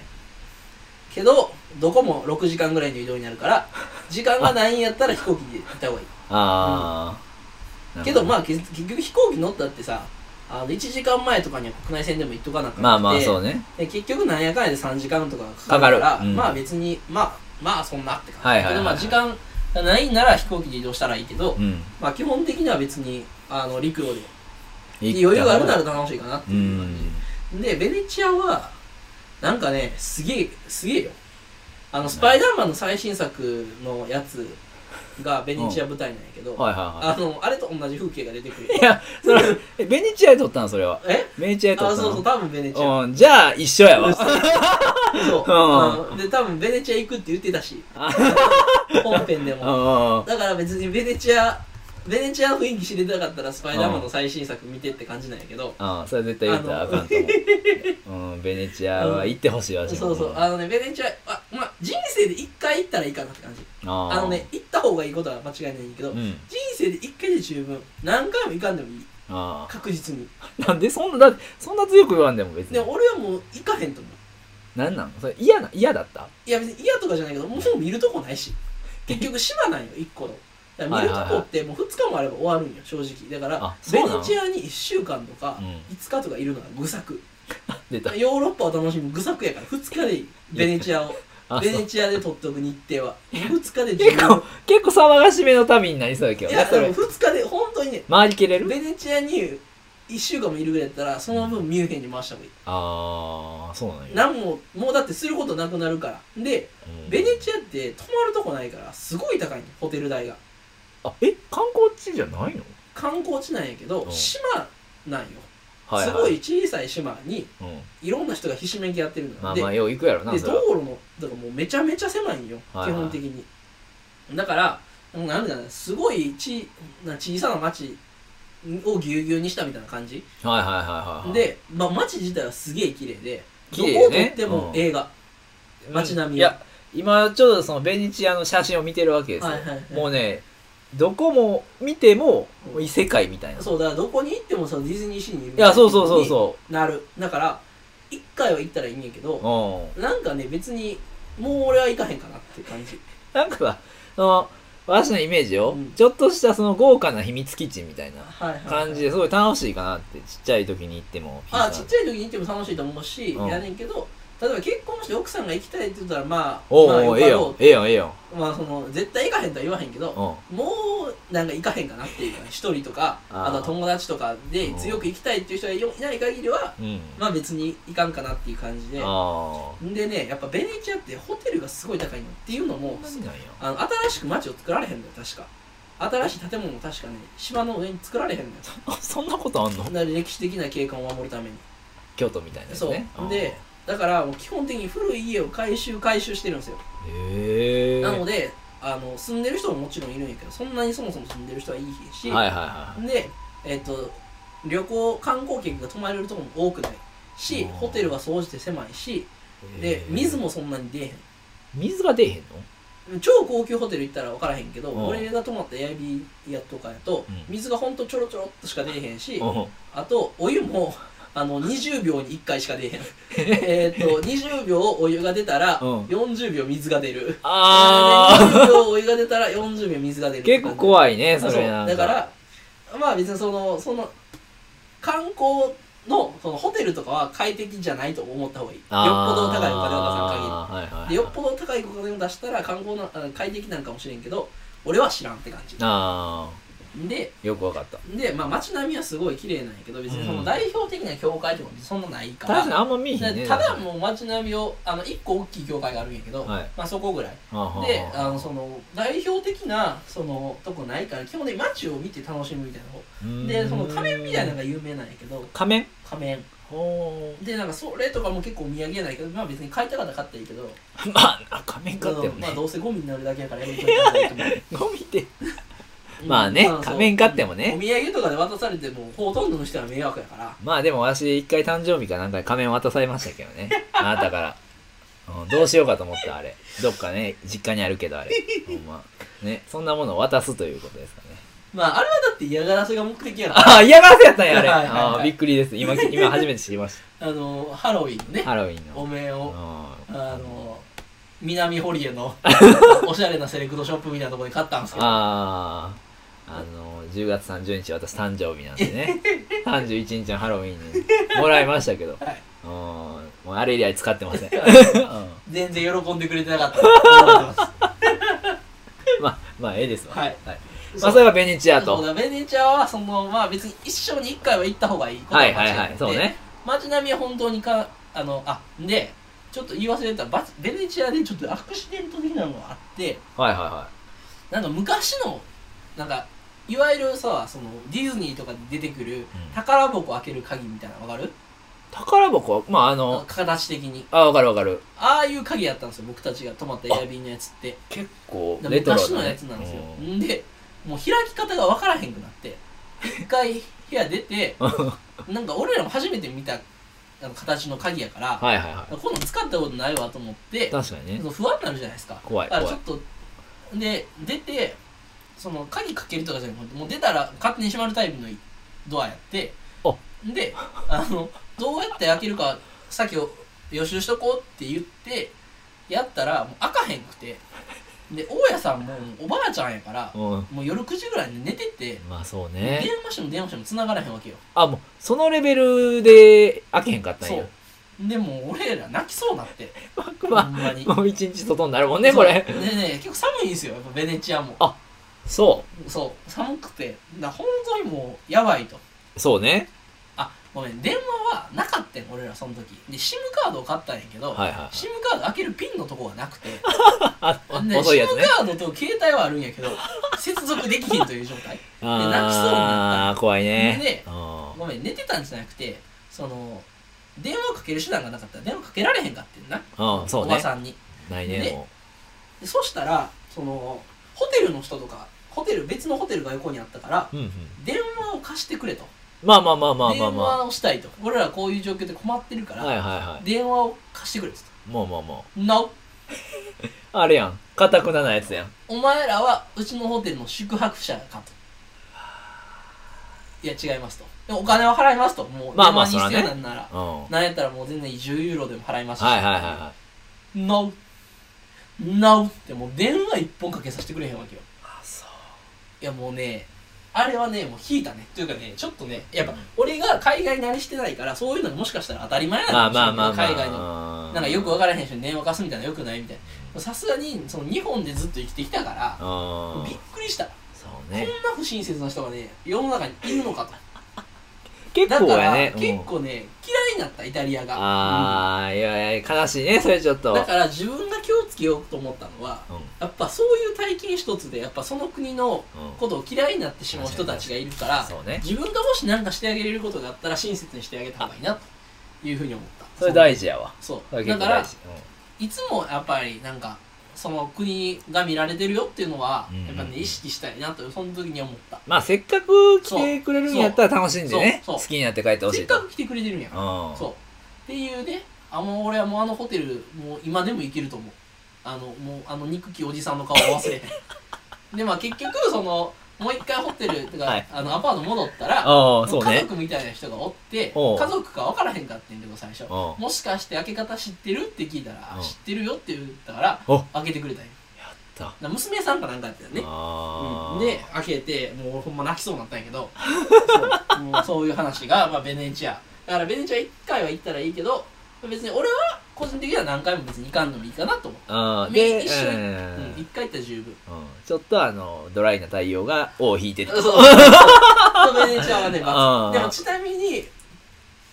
[SPEAKER 1] けどどこも6時間ぐらいの移動になる
[SPEAKER 2] *laughs*
[SPEAKER 1] から時間がないんやったら飛行機で行った方がいい
[SPEAKER 2] ああ、
[SPEAKER 1] けど
[SPEAKER 2] あ。
[SPEAKER 1] まあけ結局飛行機乗ったってさあの1時間前とかには国内線でも行っとかなあかんくて
[SPEAKER 2] まあまあ、そうね。
[SPEAKER 1] で結局なんやかんやで3時間とかかかるから
[SPEAKER 2] かかるうん
[SPEAKER 1] まあ別にまあまあそんなって感じ、
[SPEAKER 2] はいはいはい
[SPEAKER 1] けどまあ時間ないなら飛行機で移動したらいいけど、
[SPEAKER 2] うん。
[SPEAKER 1] まあ、基本的には別にあの陸路で
[SPEAKER 2] 余
[SPEAKER 1] 余裕があるな
[SPEAKER 2] ら。
[SPEAKER 1] ら楽しいかなって
[SPEAKER 2] う
[SPEAKER 1] いう感
[SPEAKER 2] ん。
[SPEAKER 1] じ、でベネチアはなんかねすげえすげえよあのスパイダーマンの最新作のやつがベネチア舞台なんやけど、
[SPEAKER 2] はいはいは
[SPEAKER 1] あのあれと同じ風景が出て
[SPEAKER 2] *laughs*
[SPEAKER 1] くる
[SPEAKER 2] い。いや、それ、え、ベネチアで撮ったのそれは。
[SPEAKER 1] え
[SPEAKER 2] ベネチアで
[SPEAKER 1] あ
[SPEAKER 2] 撮ったの
[SPEAKER 1] そうそう多分ベネチア
[SPEAKER 2] *laughs* うん、じゃあ、一緒やわ。
[SPEAKER 1] そう
[SPEAKER 2] うん
[SPEAKER 1] うん、で多分ベネチア行くって言ってた
[SPEAKER 2] *laughs*
[SPEAKER 1] し
[SPEAKER 2] あ
[SPEAKER 1] 本編で
[SPEAKER 2] う
[SPEAKER 1] も
[SPEAKER 2] んうん。
[SPEAKER 1] だから別にベネチアベネチアの雰囲気知りたかったらスパイダーマンの最新作見てって感じなんやけど
[SPEAKER 2] あそれ絶対言ったらあかんと思う。うん、ベネチアは行ってほしいわ、私も
[SPEAKER 1] そうそうあのねベネチアあまあ人生で一回行ったらいいかなって感じ
[SPEAKER 2] あー
[SPEAKER 1] あのね行った方がいいことは間違いないんやけど、
[SPEAKER 2] う
[SPEAKER 1] 人
[SPEAKER 2] ん。
[SPEAKER 1] 生で一回で十分何回も行かんでもいい
[SPEAKER 2] あ
[SPEAKER 1] 確実に
[SPEAKER 2] あ。なんでそんな、だってそんな強く言わんでも別
[SPEAKER 1] で
[SPEAKER 2] に。
[SPEAKER 1] 俺はもう行かへんと思う
[SPEAKER 2] なんなのそれ嫌な、嫌だった
[SPEAKER 1] いや別に嫌とかじゃないけどもう見るとこないし結局島なんよ1個のだから見るとこってもう2日もあれば終わるんよ正直だから
[SPEAKER 2] あそう
[SPEAKER 1] ベ
[SPEAKER 2] なの
[SPEAKER 1] ネチアに1週間とか
[SPEAKER 2] うん
[SPEAKER 1] 5日とかいるのが愚策
[SPEAKER 2] 出た。
[SPEAKER 1] ヨーロッパを楽しむ愚策やから2日でいいベネチアを
[SPEAKER 2] あ
[SPEAKER 1] ベ
[SPEAKER 2] そう
[SPEAKER 1] ネチアで取っておく日程は2日で
[SPEAKER 2] 結
[SPEAKER 1] 十分
[SPEAKER 2] 構、結構騒がしめの旅になりそうだけど
[SPEAKER 1] い
[SPEAKER 2] ね
[SPEAKER 1] や、
[SPEAKER 2] そ
[SPEAKER 1] でも
[SPEAKER 2] れ。
[SPEAKER 1] 2日で本当にね
[SPEAKER 2] 回りきれる
[SPEAKER 1] ベネチアに1週間もいるぐらいだったらその分ミュンヘンに回した方がいい
[SPEAKER 2] ああ、そうなんや。
[SPEAKER 1] なんももうだってすることなくなるからで
[SPEAKER 2] うん
[SPEAKER 1] ベネチアって泊まるとこないからすごい高いねホテル代が
[SPEAKER 2] あ、え、観光地じゃないの
[SPEAKER 1] 観光地なんやけど
[SPEAKER 2] うん
[SPEAKER 1] 島なんよ、
[SPEAKER 2] はは
[SPEAKER 1] すごい。小さい島に
[SPEAKER 2] うん。
[SPEAKER 1] いろんな人がひしめきやってるのよ
[SPEAKER 2] まあ
[SPEAKER 1] で,、
[SPEAKER 2] まあ、よう行くやろな、
[SPEAKER 1] で
[SPEAKER 2] そ
[SPEAKER 1] 道
[SPEAKER 2] れは。
[SPEAKER 1] 路のだからもうめちゃめちゃ狭いんよ、
[SPEAKER 2] はいはい
[SPEAKER 1] 基本的にだからもうなんだろうなすごいちな小さな町をぎゅうぎゅうにしたみたいな感じ
[SPEAKER 2] はいはいはいはいはい。、
[SPEAKER 1] で、まあ、町自体はすげえ綺麗で
[SPEAKER 2] 綺麗よ
[SPEAKER 1] どこを
[SPEAKER 2] ね
[SPEAKER 1] 撮っても
[SPEAKER 2] うん
[SPEAKER 1] 映画、街並み
[SPEAKER 2] いや、今ちょうどそのベネチアの写真を見てるわけですよ。
[SPEAKER 1] はいはいはい
[SPEAKER 2] もうね、どこも見ても異世界みたいな。
[SPEAKER 1] そうだからどこに行ってもそのディズニーシーにいる
[SPEAKER 2] いや、そうそうそうそ
[SPEAKER 1] になるだから一回は行ったらいいんやけど、
[SPEAKER 2] う。うん。
[SPEAKER 1] なんかね別にもう俺は行かへんかなっていう感じ
[SPEAKER 2] なんかさ、その、私のイメージよ、
[SPEAKER 1] うん
[SPEAKER 2] ちょっとしたその豪華な秘密基地みたいな
[SPEAKER 1] はいはいはい
[SPEAKER 2] 感じですごい楽しいかなって、ちっちゃい時に行っても。
[SPEAKER 1] あちっちゃい時に行っても楽しいと思うし、
[SPEAKER 2] うん
[SPEAKER 1] やねんけど例えば結婚して奥さんが行きたいって言ったらまあ
[SPEAKER 2] おう
[SPEAKER 1] まあ
[SPEAKER 2] おう、え
[SPEAKER 1] よ
[SPEAKER 2] えよ
[SPEAKER 1] か、
[SPEAKER 2] ええよ、ええよ。
[SPEAKER 1] ろうまあその絶対行かへんとは言わへんけ
[SPEAKER 2] う
[SPEAKER 1] ど、
[SPEAKER 2] ん。
[SPEAKER 1] もうなんか行かへんかなっていうか一人とか
[SPEAKER 2] あー
[SPEAKER 1] あとは友達とかで
[SPEAKER 2] うん
[SPEAKER 1] 強く行きたいっていう人がいない限りは
[SPEAKER 2] うん。
[SPEAKER 1] まあ別に行かんかなっていう感じで
[SPEAKER 2] あ
[SPEAKER 1] んでねやっぱベネチアってホテルがすごい高いのっていうの
[SPEAKER 2] あ。
[SPEAKER 1] も
[SPEAKER 2] 何なんや。 *laughs*
[SPEAKER 1] あの新しく街を作られへんのよ確か新しい建物も確かね島の上に作られへんのよ
[SPEAKER 2] そんなことあんの
[SPEAKER 1] な歴史的な景観を守るために
[SPEAKER 2] 京都みたいなやつ
[SPEAKER 1] そう、
[SPEAKER 2] ね。うん
[SPEAKER 1] で、だからもう基本的に古い家を改修改修してるんですよ、
[SPEAKER 2] へえ。
[SPEAKER 1] なのであの住んでる人ももちろんいるんやけどそんなにそもそも住んでる人はいいし、
[SPEAKER 2] はいはいはい。
[SPEAKER 1] で、えっと旅行観光客が泊まれるとこも多くないし
[SPEAKER 2] うん
[SPEAKER 1] ホテルは総じて狭いし
[SPEAKER 2] へ
[SPEAKER 1] で
[SPEAKER 2] え
[SPEAKER 1] 水。もそんなに出え
[SPEAKER 2] 水が出えへんの
[SPEAKER 1] へん超高級ホテル行ったら分からへんけど
[SPEAKER 2] うん
[SPEAKER 1] 俺が泊まったエアビーやとかやと
[SPEAKER 2] うん
[SPEAKER 1] 水がほんとちょろちょろっとしか出えへんし、
[SPEAKER 2] うん
[SPEAKER 1] あとお湯もあの20秒に1回しか出えへんえっ
[SPEAKER 2] *laughs*
[SPEAKER 1] と20秒お湯が出たら
[SPEAKER 2] うん
[SPEAKER 1] 40秒水が出る
[SPEAKER 2] あ
[SPEAKER 1] で20秒お湯が出たら40秒水が出る
[SPEAKER 2] ー。結構怖いね、それなん
[SPEAKER 1] だからまあ別にそのその観光のそのホテルとかは快適じゃないと思った方がいいよっぽど高いお金を出さん限り
[SPEAKER 2] 出さん限
[SPEAKER 1] でよっぽど高いお金を出したら観光のあ快適なんかもしれんけど俺は知らんって感じ
[SPEAKER 2] あ
[SPEAKER 1] で
[SPEAKER 2] あよくわかった
[SPEAKER 1] で、まあ、街並みはすごい綺麗なんやけど別にその代表的な教会とかもそんなないから
[SPEAKER 2] 確かにあんま見えへんね
[SPEAKER 1] でただもう街並みをあの1個大きい教会があるんやけど、
[SPEAKER 2] はい
[SPEAKER 1] まあ、そこぐらい
[SPEAKER 2] あはは
[SPEAKER 1] であのその代表的なそのとこないから基本的に街を見て楽しむみたいな方
[SPEAKER 2] うーん
[SPEAKER 1] でその仮面みたいなのが有名なんやけど
[SPEAKER 2] 仮面
[SPEAKER 1] 仮面
[SPEAKER 2] ほ
[SPEAKER 1] でなんかそれとかも結構お土産やないけどまあ別に買いたかったら買ったらいいけど
[SPEAKER 2] ーまあ仮面買っても
[SPEAKER 1] まあ
[SPEAKER 2] ね
[SPEAKER 1] どうせゴミになるだけやからやめといた方がいいと思う
[SPEAKER 2] *laughs* ゴミでまあね
[SPEAKER 1] うんそう
[SPEAKER 2] 仮面買っても
[SPEAKER 1] お
[SPEAKER 2] ね
[SPEAKER 1] 土産とかで渡されてもほとんどの人は迷惑やから
[SPEAKER 2] まあでも私一回誕生日かなんかに仮面渡されましたけど
[SPEAKER 1] *laughs*
[SPEAKER 2] ねあなたから、うん、どうしようかと思ったあれどっかね実家にあるけどあれほんまねそんなものを渡すということですかね
[SPEAKER 1] まああれはだって嫌がらせが目的やから
[SPEAKER 2] ああ嫌がらせやったんやあれ
[SPEAKER 1] はいはいはい
[SPEAKER 2] あーびっくりです今今初めて知りまし
[SPEAKER 1] あのハロウィンのね
[SPEAKER 2] たハロウィンの
[SPEAKER 1] お面を
[SPEAKER 2] うん
[SPEAKER 1] あの南堀江
[SPEAKER 2] *laughs*
[SPEAKER 1] のおしゃれなセレクトショップみたいなところで買ったんですけ *laughs* ど
[SPEAKER 2] あああの10月30日私誕生日なんで
[SPEAKER 1] *laughs*
[SPEAKER 2] ね31日のハロウィンにもらいましたけど、
[SPEAKER 1] はい
[SPEAKER 2] うんもうあれ以来使ってません、うんま
[SPEAKER 1] 全然喜んでくれてなかったの覚えてます
[SPEAKER 2] あまあ、ええですわ。
[SPEAKER 1] はい。
[SPEAKER 2] まあ、それがベネチア
[SPEAKER 1] そう
[SPEAKER 2] と。
[SPEAKER 1] だベネチアはそのまあ別に一生に一回は行った方がいいこと
[SPEAKER 2] はい
[SPEAKER 1] は間違い
[SPEAKER 2] はいは
[SPEAKER 1] ないく。て
[SPEAKER 2] そうね。
[SPEAKER 1] 街並みは本当にかあのあでちょっと言い忘れてたバベネチアでちょっとアクシデント的なのがあって
[SPEAKER 2] はいはいは
[SPEAKER 1] なんか昔のなんかいわゆるさそのディズニーとかで出てくる
[SPEAKER 2] い。
[SPEAKER 1] 宝箱開ける鍵みたいなのわかる
[SPEAKER 2] 宝箱は、まあ、あの、
[SPEAKER 1] 形的に
[SPEAKER 2] あ、わかるわかる。
[SPEAKER 1] ああいう鍵やったんですよ僕たちが泊まったエアビーのやつって
[SPEAKER 2] 結構、レトロ
[SPEAKER 1] 昔の
[SPEAKER 2] ね
[SPEAKER 1] やつなんですよ
[SPEAKER 2] うん
[SPEAKER 1] んでもう開き方が分からへんくなって一回部屋出て
[SPEAKER 2] *laughs*
[SPEAKER 1] なんか俺らも初めて見たあの形の鍵やから、
[SPEAKER 2] はいはいは
[SPEAKER 1] 今度使ったことないわと思って
[SPEAKER 2] い。確かに
[SPEAKER 1] そ
[SPEAKER 2] ね。
[SPEAKER 1] の不安になるじゃないですか
[SPEAKER 2] 怖い
[SPEAKER 1] だから
[SPEAKER 2] 怖
[SPEAKER 1] ちょ
[SPEAKER 2] い
[SPEAKER 1] っ。とで出てその鍵かけるとかじゃなくてもう出たら勝手に閉まるタイプのドアやって
[SPEAKER 2] あ
[SPEAKER 1] であのどうやって開けるか先を予習しとこうって言ってやったらもう開かへんくてで大家さんもおばあちゃんやから
[SPEAKER 2] うん。
[SPEAKER 1] もう夜9時ぐらいに寝てて
[SPEAKER 2] まあそう
[SPEAKER 1] 電
[SPEAKER 2] ね。
[SPEAKER 1] 話しても電話しても繋がらへんわけよ
[SPEAKER 2] あ、もう、そのレベルで開けへんかったん
[SPEAKER 1] そ
[SPEAKER 2] や
[SPEAKER 1] う。でもう俺ら泣きそうになってほ
[SPEAKER 2] *laughs* ま
[SPEAKER 1] んまに
[SPEAKER 2] あ、もう一日外になるもんね、これ。
[SPEAKER 1] そうでね結構寒いんですよやっぱベネチアも
[SPEAKER 2] そ
[SPEAKER 1] そう寒くてな本当にもうやばいと
[SPEAKER 2] う。そうね。
[SPEAKER 1] あごめん電話はなかったん俺らその時で SIM カードを買ったんやけど、
[SPEAKER 2] はいはいはい
[SPEAKER 1] SIM カード開けるピンのとこがなくてで
[SPEAKER 2] あ、 *laughs* 遅い
[SPEAKER 1] SIM、
[SPEAKER 2] やつね。
[SPEAKER 1] カードと携帯はあるんやけど接続できひんという状
[SPEAKER 2] *laughs*
[SPEAKER 1] 態で泣きそうにな
[SPEAKER 2] あー、怖いね。
[SPEAKER 1] で
[SPEAKER 2] うん
[SPEAKER 1] ごめん寝てたんじゃなくてその電話かける手段がなかったら電話かけられへんかってんな、
[SPEAKER 2] うん、そう
[SPEAKER 1] おば
[SPEAKER 2] ね。
[SPEAKER 1] さんに
[SPEAKER 2] ないね、
[SPEAKER 1] で
[SPEAKER 2] も
[SPEAKER 1] でそしたらそのホテルの人とかホテル別のホテルが横にあったから
[SPEAKER 2] う。うんうん。
[SPEAKER 1] 電話を貸してくれと
[SPEAKER 2] まあまあまあまあまあ
[SPEAKER 1] 電
[SPEAKER 2] ま
[SPEAKER 1] 話をしたいと俺らこういう状況で困ってるか
[SPEAKER 2] あ。
[SPEAKER 1] ら、
[SPEAKER 2] はいはいは
[SPEAKER 1] 電話を貸してくれっつっ
[SPEAKER 2] い。もうもうも
[SPEAKER 1] た No
[SPEAKER 2] う。あれやん。かたくななやつやん。
[SPEAKER 1] お前らはうちのホテルの宿泊者かといや違いますとでもお金は払いますともう
[SPEAKER 2] まあ
[SPEAKER 1] 電
[SPEAKER 2] まあ
[SPEAKER 1] 話に必要なんなら、
[SPEAKER 2] うん。はい
[SPEAKER 1] なんやったらもう全然10ユーロでも払いますし、、
[SPEAKER 2] はいはいはい
[SPEAKER 1] No No ってもう電話一本かけさせてくれへんわけよ
[SPEAKER 2] い。
[SPEAKER 1] いやもうねあれはねもう引いたねというかねちょっとねやっぱ俺が海外慣れしてないからそういうのもしかしたら当たり前なの
[SPEAKER 2] ま
[SPEAKER 1] か
[SPEAKER 2] あ
[SPEAKER 1] もしれな
[SPEAKER 2] まあ
[SPEAKER 1] い
[SPEAKER 2] まあまあ。
[SPEAKER 1] 海外の
[SPEAKER 2] の
[SPEAKER 1] なんかよくわからへん人に電話貸すみたいなのよくないみたいなさすがにその日本でずっと生きてきたから
[SPEAKER 2] うん
[SPEAKER 1] びっ。くりした
[SPEAKER 2] そう
[SPEAKER 1] こん
[SPEAKER 2] ね。
[SPEAKER 1] な不親切な人がね世の中にいるのかと
[SPEAKER 2] 結
[SPEAKER 1] だ
[SPEAKER 2] 構
[SPEAKER 1] か
[SPEAKER 2] や
[SPEAKER 1] ら、
[SPEAKER 2] ね。うん
[SPEAKER 1] 結構ね嫌いになったイタリアが、
[SPEAKER 2] あー、いやいや、悲しいね、それちょっ
[SPEAKER 1] う
[SPEAKER 2] と。
[SPEAKER 1] んだから自分が気をつけようと思ったのは
[SPEAKER 2] うん。うん。
[SPEAKER 1] やっぱそういう体験一つでやっぱその国のことを嫌いになってしまう人たちがいるから
[SPEAKER 2] そうね。
[SPEAKER 1] 自分がもし何かしてあげれることがあったら親切にしてあげた方がいいなというふうに思った
[SPEAKER 2] それ大事やわ。
[SPEAKER 1] そ
[SPEAKER 2] そうれ
[SPEAKER 1] だ
[SPEAKER 2] 結構
[SPEAKER 1] か
[SPEAKER 2] 大
[SPEAKER 1] ら
[SPEAKER 2] 事。
[SPEAKER 1] いつもやっぱりなんかその国が見られてるよっていうのは
[SPEAKER 2] うんうん
[SPEAKER 1] やっぱね意識したいなとその時に思った、
[SPEAKER 2] まあ、せっかく来てくれるんやったら楽しんでね。
[SPEAKER 1] そう
[SPEAKER 2] 好
[SPEAKER 1] そう
[SPEAKER 2] きになって帰ってほし
[SPEAKER 1] せっ
[SPEAKER 2] いと。
[SPEAKER 1] か
[SPEAKER 2] うん
[SPEAKER 1] く来てくれてるんや。から、そうっていうねあもう俺はもうあのホテルもう今でも行けると思うあのもうあの憎きおじさんの顔は
[SPEAKER 2] *laughs*
[SPEAKER 1] 忘れへんでまあ結局そのもう一回ホテルとか、
[SPEAKER 2] はい
[SPEAKER 1] あのアパート戻ったら
[SPEAKER 2] ああ、
[SPEAKER 1] も
[SPEAKER 2] そうう
[SPEAKER 1] 家
[SPEAKER 2] ね。
[SPEAKER 1] 族みたいな人がおって
[SPEAKER 2] おう
[SPEAKER 1] 家族か分からへんかってんけど最初
[SPEAKER 2] うん。
[SPEAKER 1] もしかして開け方知ってるって聞いたら
[SPEAKER 2] うん
[SPEAKER 1] 知ってるよって言ったから
[SPEAKER 2] お
[SPEAKER 1] 開けてくれたんよ
[SPEAKER 2] やった。
[SPEAKER 1] な娘さんかなんかやったよね
[SPEAKER 2] あ
[SPEAKER 1] うん
[SPEAKER 2] ー
[SPEAKER 1] で、開けてもう俺ほんま泣きそうになったんやけ
[SPEAKER 2] *laughs*
[SPEAKER 1] どそうもうそういう話が、まあ、ベネチアだからベネチア1回は行ったらいいけど別に俺は個人的には何回も別に行かんでもいいかなと思
[SPEAKER 2] あー
[SPEAKER 1] み
[SPEAKER 2] で、
[SPEAKER 1] 一緒に
[SPEAKER 2] うん
[SPEAKER 1] う、うん、1回行ったら十分
[SPEAKER 2] うんちょっとあの、ドライな対応が尾を引いてる
[SPEAKER 1] そう。そうベネチア
[SPEAKER 2] *laughs*
[SPEAKER 1] はね
[SPEAKER 2] あ
[SPEAKER 1] バ
[SPEAKER 2] ー
[SPEAKER 1] ツでもちなみに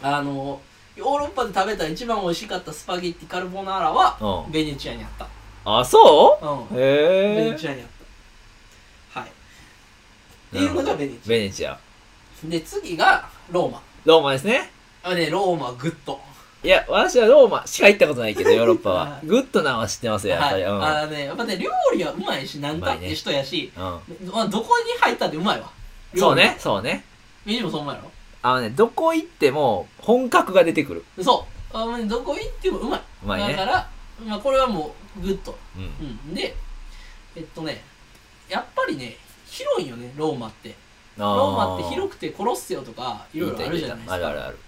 [SPEAKER 1] あのヨーロッパで食べた一番美味しかったスパゲッティカルボナーラは
[SPEAKER 2] うん
[SPEAKER 1] ベネチアにあった
[SPEAKER 2] あ、そう
[SPEAKER 1] うんベ
[SPEAKER 2] へ
[SPEAKER 1] ネ
[SPEAKER 2] え。
[SPEAKER 1] チアにあったはいっていうのがベネチ
[SPEAKER 2] ベネチア。
[SPEAKER 1] アで次がローマ
[SPEAKER 2] ローマですね。
[SPEAKER 1] あねローマグッド
[SPEAKER 2] いや、私はローマしか行ったことな
[SPEAKER 1] *laughs*
[SPEAKER 2] いけど、ヨーロッパは
[SPEAKER 1] は。い
[SPEAKER 2] グッドなのは知ってますよ、やっぱり。うん
[SPEAKER 1] あのねやっぱね料理はうまいし何かって人やし、
[SPEAKER 2] うん
[SPEAKER 1] まあどこに入ったってうまいわ
[SPEAKER 2] そうね、そうね。
[SPEAKER 1] みじもそううまいや
[SPEAKER 2] あのね、どこ行っても本格が出てくる。
[SPEAKER 1] ろそうあのねどこ行ってもうまいう
[SPEAKER 2] まい
[SPEAKER 1] だか
[SPEAKER 2] ね。
[SPEAKER 1] ら、まあ、これはもうグッと、
[SPEAKER 2] うん
[SPEAKER 1] うん、でえっとねやっぱりね広いよねローマってローマって広くてコロッセオとかいろいろあるじゃないですか
[SPEAKER 2] あるあるある。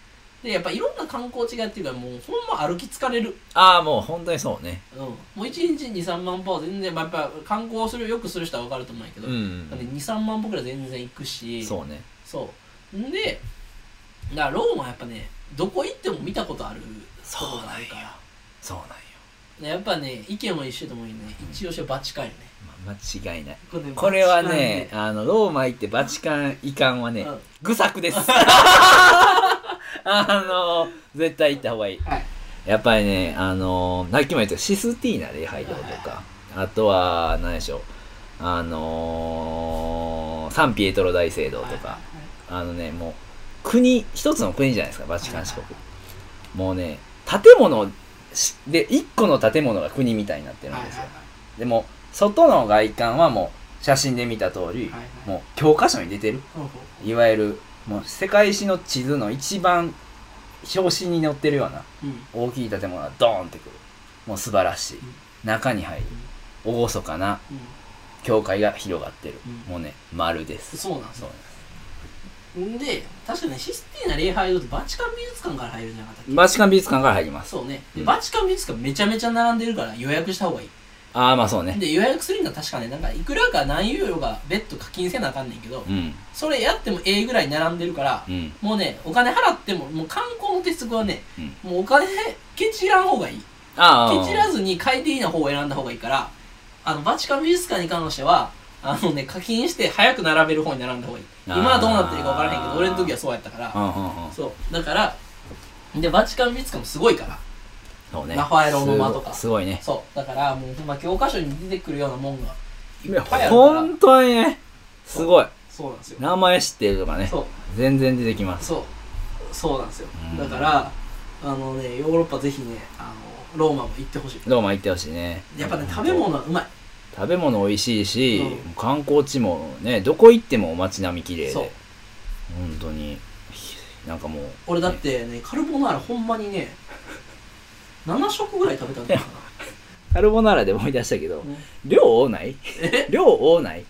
[SPEAKER 1] でやっぱいろんな観光地がやってるからもうほんま歩き疲れる
[SPEAKER 2] ああ、もう本当にそうね。
[SPEAKER 1] うんもう1日23万歩は全然、まあ、やっぱ観光するよくする人は分かると思うんやけど、
[SPEAKER 2] うん
[SPEAKER 1] だ。23万歩くらい全然行くし
[SPEAKER 2] そうね。
[SPEAKER 1] そうでだからローマはやっぱねどこ行っても見たことあるとこがあるから
[SPEAKER 2] そうなんよ。
[SPEAKER 1] ねやっぱね意見も一緒でもいいね一押しはバチカンよね
[SPEAKER 2] ま間違いない
[SPEAKER 1] これね
[SPEAKER 2] これ
[SPEAKER 1] バ
[SPEAKER 2] は
[SPEAKER 1] チカン
[SPEAKER 2] ねあのローマ行ってバチカン遺憾はね
[SPEAKER 1] うん
[SPEAKER 2] 愚策
[SPEAKER 1] *laughs*
[SPEAKER 2] ですあの絶対行った方がいい
[SPEAKER 1] はい
[SPEAKER 2] やっぱりねあのさっきも言ったシスティーナ礼拝堂とかあとは何でしょうあのサンピエトロ大聖堂とかあのねもう国一つの国じゃないですかバチカン市国もうね建物しで一個の建物が国みたいになってるんですよでも外の外観はもう写真で見た通り、
[SPEAKER 1] はいはい
[SPEAKER 2] もう教科書に出てる
[SPEAKER 1] ほうほ
[SPEAKER 2] いわゆるもう世界史の地図の一番表紙に載ってるような
[SPEAKER 1] ううん
[SPEAKER 2] 大きい建物がドーンってくるもう素晴らしい
[SPEAKER 1] うん
[SPEAKER 2] 中に入り厳かな
[SPEAKER 1] う
[SPEAKER 2] 教会が広がってる、
[SPEAKER 1] うん
[SPEAKER 2] もうね丸です
[SPEAKER 1] んそうなんです
[SPEAKER 2] そう
[SPEAKER 1] よんで確かねシスティーナ礼拝堂ってバチカン美術館から入るんじゃなかったっけ
[SPEAKER 2] バチカン美術館から入ります
[SPEAKER 1] そうねで
[SPEAKER 2] うん
[SPEAKER 1] バチカン美術館めちゃめちゃ並んでるから予約した方がいい
[SPEAKER 2] ああまあそうね
[SPEAKER 1] で予約するには確かねなんかいくらか何ユーロが別途課金せなあかんねんけど
[SPEAKER 2] うん
[SPEAKER 1] それやってもええぐらい並んでるから
[SPEAKER 2] うん
[SPEAKER 1] もうねお金払ってももう観光の鉄則はね、
[SPEAKER 2] う
[SPEAKER 1] もうお金ケチらん方がいい
[SPEAKER 2] ああ
[SPEAKER 1] ケチらずに快適な方を選んだ方がいいからあのバチカン美術館に関してはあのね課金して早く並べる方に並んだ方がいい
[SPEAKER 2] あー
[SPEAKER 1] 今はどうなってるか分からへんけど俺の時はそうやったから
[SPEAKER 2] うんうんうん
[SPEAKER 1] そうだからでバチカン美術館もすごいから
[SPEAKER 2] そうね
[SPEAKER 1] ラファエロの間とか
[SPEAKER 2] すごいすごいね
[SPEAKER 1] そうだからもうほんま教科書に出てくるようなもんがい
[SPEAKER 2] いや
[SPEAKER 1] っぱいあるから
[SPEAKER 2] 本当にねすごい
[SPEAKER 1] そうなんですよ
[SPEAKER 2] 名前知ってるとかね
[SPEAKER 1] そう
[SPEAKER 2] 全然出てきます
[SPEAKER 1] そうそうなんですよ
[SPEAKER 2] うん
[SPEAKER 1] だからあのねヨーロッパぜひねあのローマも行ってほしい
[SPEAKER 2] ローマ行ってほしいね
[SPEAKER 1] やっぱね食べ物はうまい
[SPEAKER 2] 食べ物美味しいし、
[SPEAKER 1] う
[SPEAKER 2] 観光地もねどこ行っても街並み綺麗で
[SPEAKER 1] そう
[SPEAKER 2] 本当にひなんかもう
[SPEAKER 1] 俺だってねカルボナーラほんまにね7食ぐらい食べたんだよな
[SPEAKER 2] カルボナーラで思い出したけど、
[SPEAKER 1] うん
[SPEAKER 2] 量多ない
[SPEAKER 1] え
[SPEAKER 2] 量多ない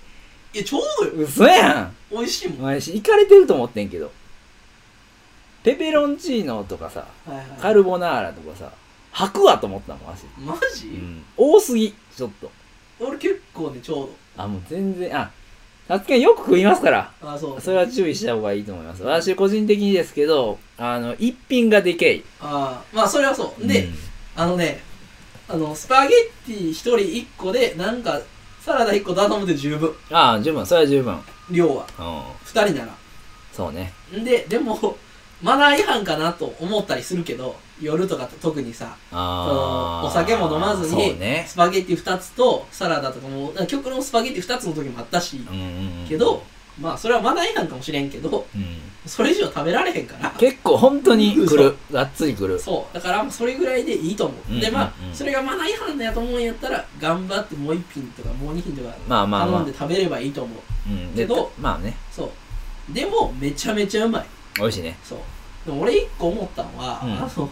[SPEAKER 1] いやちょうどよ
[SPEAKER 2] 嘘やん
[SPEAKER 1] 美味しいもん、
[SPEAKER 2] おいし行かれてると思ってんけどペペロンチーノとかさ
[SPEAKER 1] はいはい
[SPEAKER 2] カルボナーラとかさ白わと思ったもんマジで、
[SPEAKER 1] マジ、
[SPEAKER 2] うん、多すぎちょっと
[SPEAKER 1] 俺結構ねちょう
[SPEAKER 2] あ、もう全然、あ、さつきはよく食いますから、
[SPEAKER 1] どあそう
[SPEAKER 2] それは注意した方がいいと思います。私個人的にですけど、あの、一品がでけい。
[SPEAKER 1] あーまあそれはそうで、
[SPEAKER 2] うん
[SPEAKER 1] あのねあのスパゲッティ1人1個でなんかサラダ1個頼むで十分
[SPEAKER 2] ああ、十分、それは十分。うん。
[SPEAKER 1] 量は2人なら
[SPEAKER 2] そうね。
[SPEAKER 1] ででもマナー違反かなと思ったりするけど夜とかと特にさ
[SPEAKER 2] ああ。
[SPEAKER 1] お酒も飲まずに
[SPEAKER 2] そうね。
[SPEAKER 1] スパゲッティ2つとサラダとかもだから極論スパゲッティ2つの時もあったし
[SPEAKER 2] うんうんうん。
[SPEAKER 1] けど、まあそれはマナー違反かもしれんけど
[SPEAKER 2] うん。
[SPEAKER 1] それ以上食べられへんから
[SPEAKER 2] 結構本当に来
[SPEAKER 1] 嘘
[SPEAKER 2] る。がっつり来る。
[SPEAKER 1] そうだからそれぐらいでいいと思う、
[SPEAKER 2] うん
[SPEAKER 1] でまあ
[SPEAKER 2] うんうん
[SPEAKER 1] それがマナー違反だと思うんやったら頑張ってもう1品とかもう2品とか
[SPEAKER 2] まあまあま
[SPEAKER 1] 頼
[SPEAKER 2] あ。
[SPEAKER 1] んで食べればいいと思う
[SPEAKER 2] うん。
[SPEAKER 1] けど
[SPEAKER 2] まあね。
[SPEAKER 1] そうでもめちゃめちゃうまい
[SPEAKER 2] 美味しいね。
[SPEAKER 1] そうでも俺一個思ったのは、
[SPEAKER 2] うん
[SPEAKER 1] あの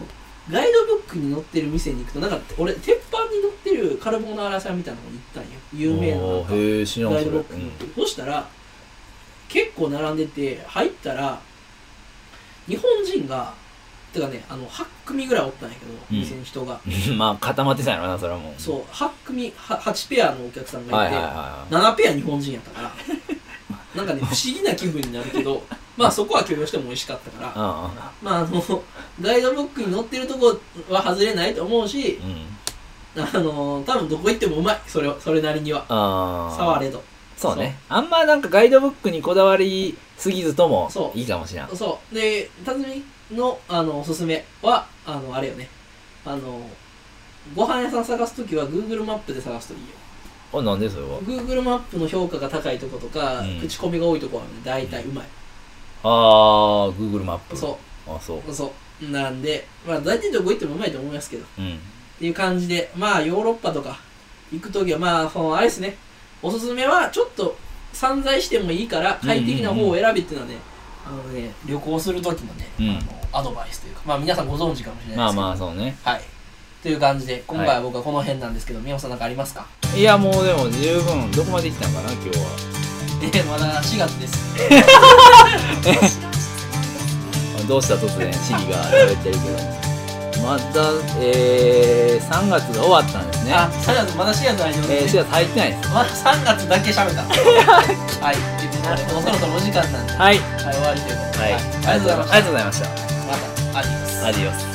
[SPEAKER 1] ガイドブックに載ってる店に行くとなんか俺鉄板に載ってるカルボナーラ屋さんみたいなのに行ったんよ有名ななん
[SPEAKER 2] お
[SPEAKER 1] か
[SPEAKER 2] ーへえ、知らん
[SPEAKER 1] ガ
[SPEAKER 2] そ
[SPEAKER 1] イ
[SPEAKER 2] れ。
[SPEAKER 1] ド
[SPEAKER 2] う
[SPEAKER 1] ブックに載
[SPEAKER 2] ん
[SPEAKER 1] ってる、そしたら結構並んでて入ったら日本人がてかねあの8組ぐらいおったんやけど、
[SPEAKER 2] うん
[SPEAKER 1] 店の人が
[SPEAKER 2] *laughs* まあ、固まってたんやろな、それはもう。
[SPEAKER 1] そう8組は8ペアのお客さんが
[SPEAKER 2] はい
[SPEAKER 1] い
[SPEAKER 2] は
[SPEAKER 1] て、
[SPEAKER 2] いはい。
[SPEAKER 1] 7ペア日本人やったからなんかね不思議な気分になるけどまあそこは許容しても美味しかったから
[SPEAKER 2] う
[SPEAKER 1] まああのガイドブックに載ってるとこは外れないと思うし
[SPEAKER 2] んうん。うん。
[SPEAKER 1] あの多分どこ行ってもうまいそれはそれなりには
[SPEAKER 2] ああ。
[SPEAKER 1] 触れど
[SPEAKER 2] そうね。あんまなんかガイドブックにこだわりすぎずとも
[SPEAKER 1] そう
[SPEAKER 2] いいかもしれん。
[SPEAKER 1] そうで辰巳のあのおすすめはあのあれよねあのご飯屋さん探すときは Google マップで探すといいよ
[SPEAKER 2] あ、なんでそれは
[SPEAKER 1] Google マップの評価が高いとことか、
[SPEAKER 2] うん
[SPEAKER 1] 口コミが多いとこはね大体うまい、
[SPEAKER 2] あー、Google マップ。
[SPEAKER 1] そ
[SPEAKER 2] あ、そう。
[SPEAKER 1] うそうなんでまあ大体どこ行ってもうまいと思いますけど
[SPEAKER 2] うん。
[SPEAKER 1] っていう感じでまあヨーロッパとか行く時はまあそのあれですねおすすめはちょっと散財してもいいから快適な方を選びっていうのはね、あのね旅行する時のね、
[SPEAKER 2] うん
[SPEAKER 1] あのアドバイスというかまあ皆さんご存知かもしれないですけど
[SPEAKER 2] まあまあ、そうね。
[SPEAKER 1] はいという感じで今回は僕はこの辺なんですけど、宮本さん何かありますか
[SPEAKER 2] いや、もうでも十分、どこまで行ったんかな、今日は。
[SPEAKER 1] えまだ4月です
[SPEAKER 2] あどうした突然、シリが喋ってるけど。また、えー、3月が終わったんですね。
[SPEAKER 1] あ3月まだ4月ないの
[SPEAKER 2] えー、
[SPEAKER 1] で、
[SPEAKER 2] 4月入ってないです。
[SPEAKER 1] *laughs* まだ3月だけ
[SPEAKER 2] *laughs*
[SPEAKER 1] 喋ったはいということでもうそろそろお時間なんで、はい、
[SPEAKER 2] はい。
[SPEAKER 1] 終わりということで、
[SPEAKER 2] はい。
[SPEAKER 1] はいありがとうございました
[SPEAKER 2] ありがとうございまし
[SPEAKER 1] またあります
[SPEAKER 2] た。アディオス。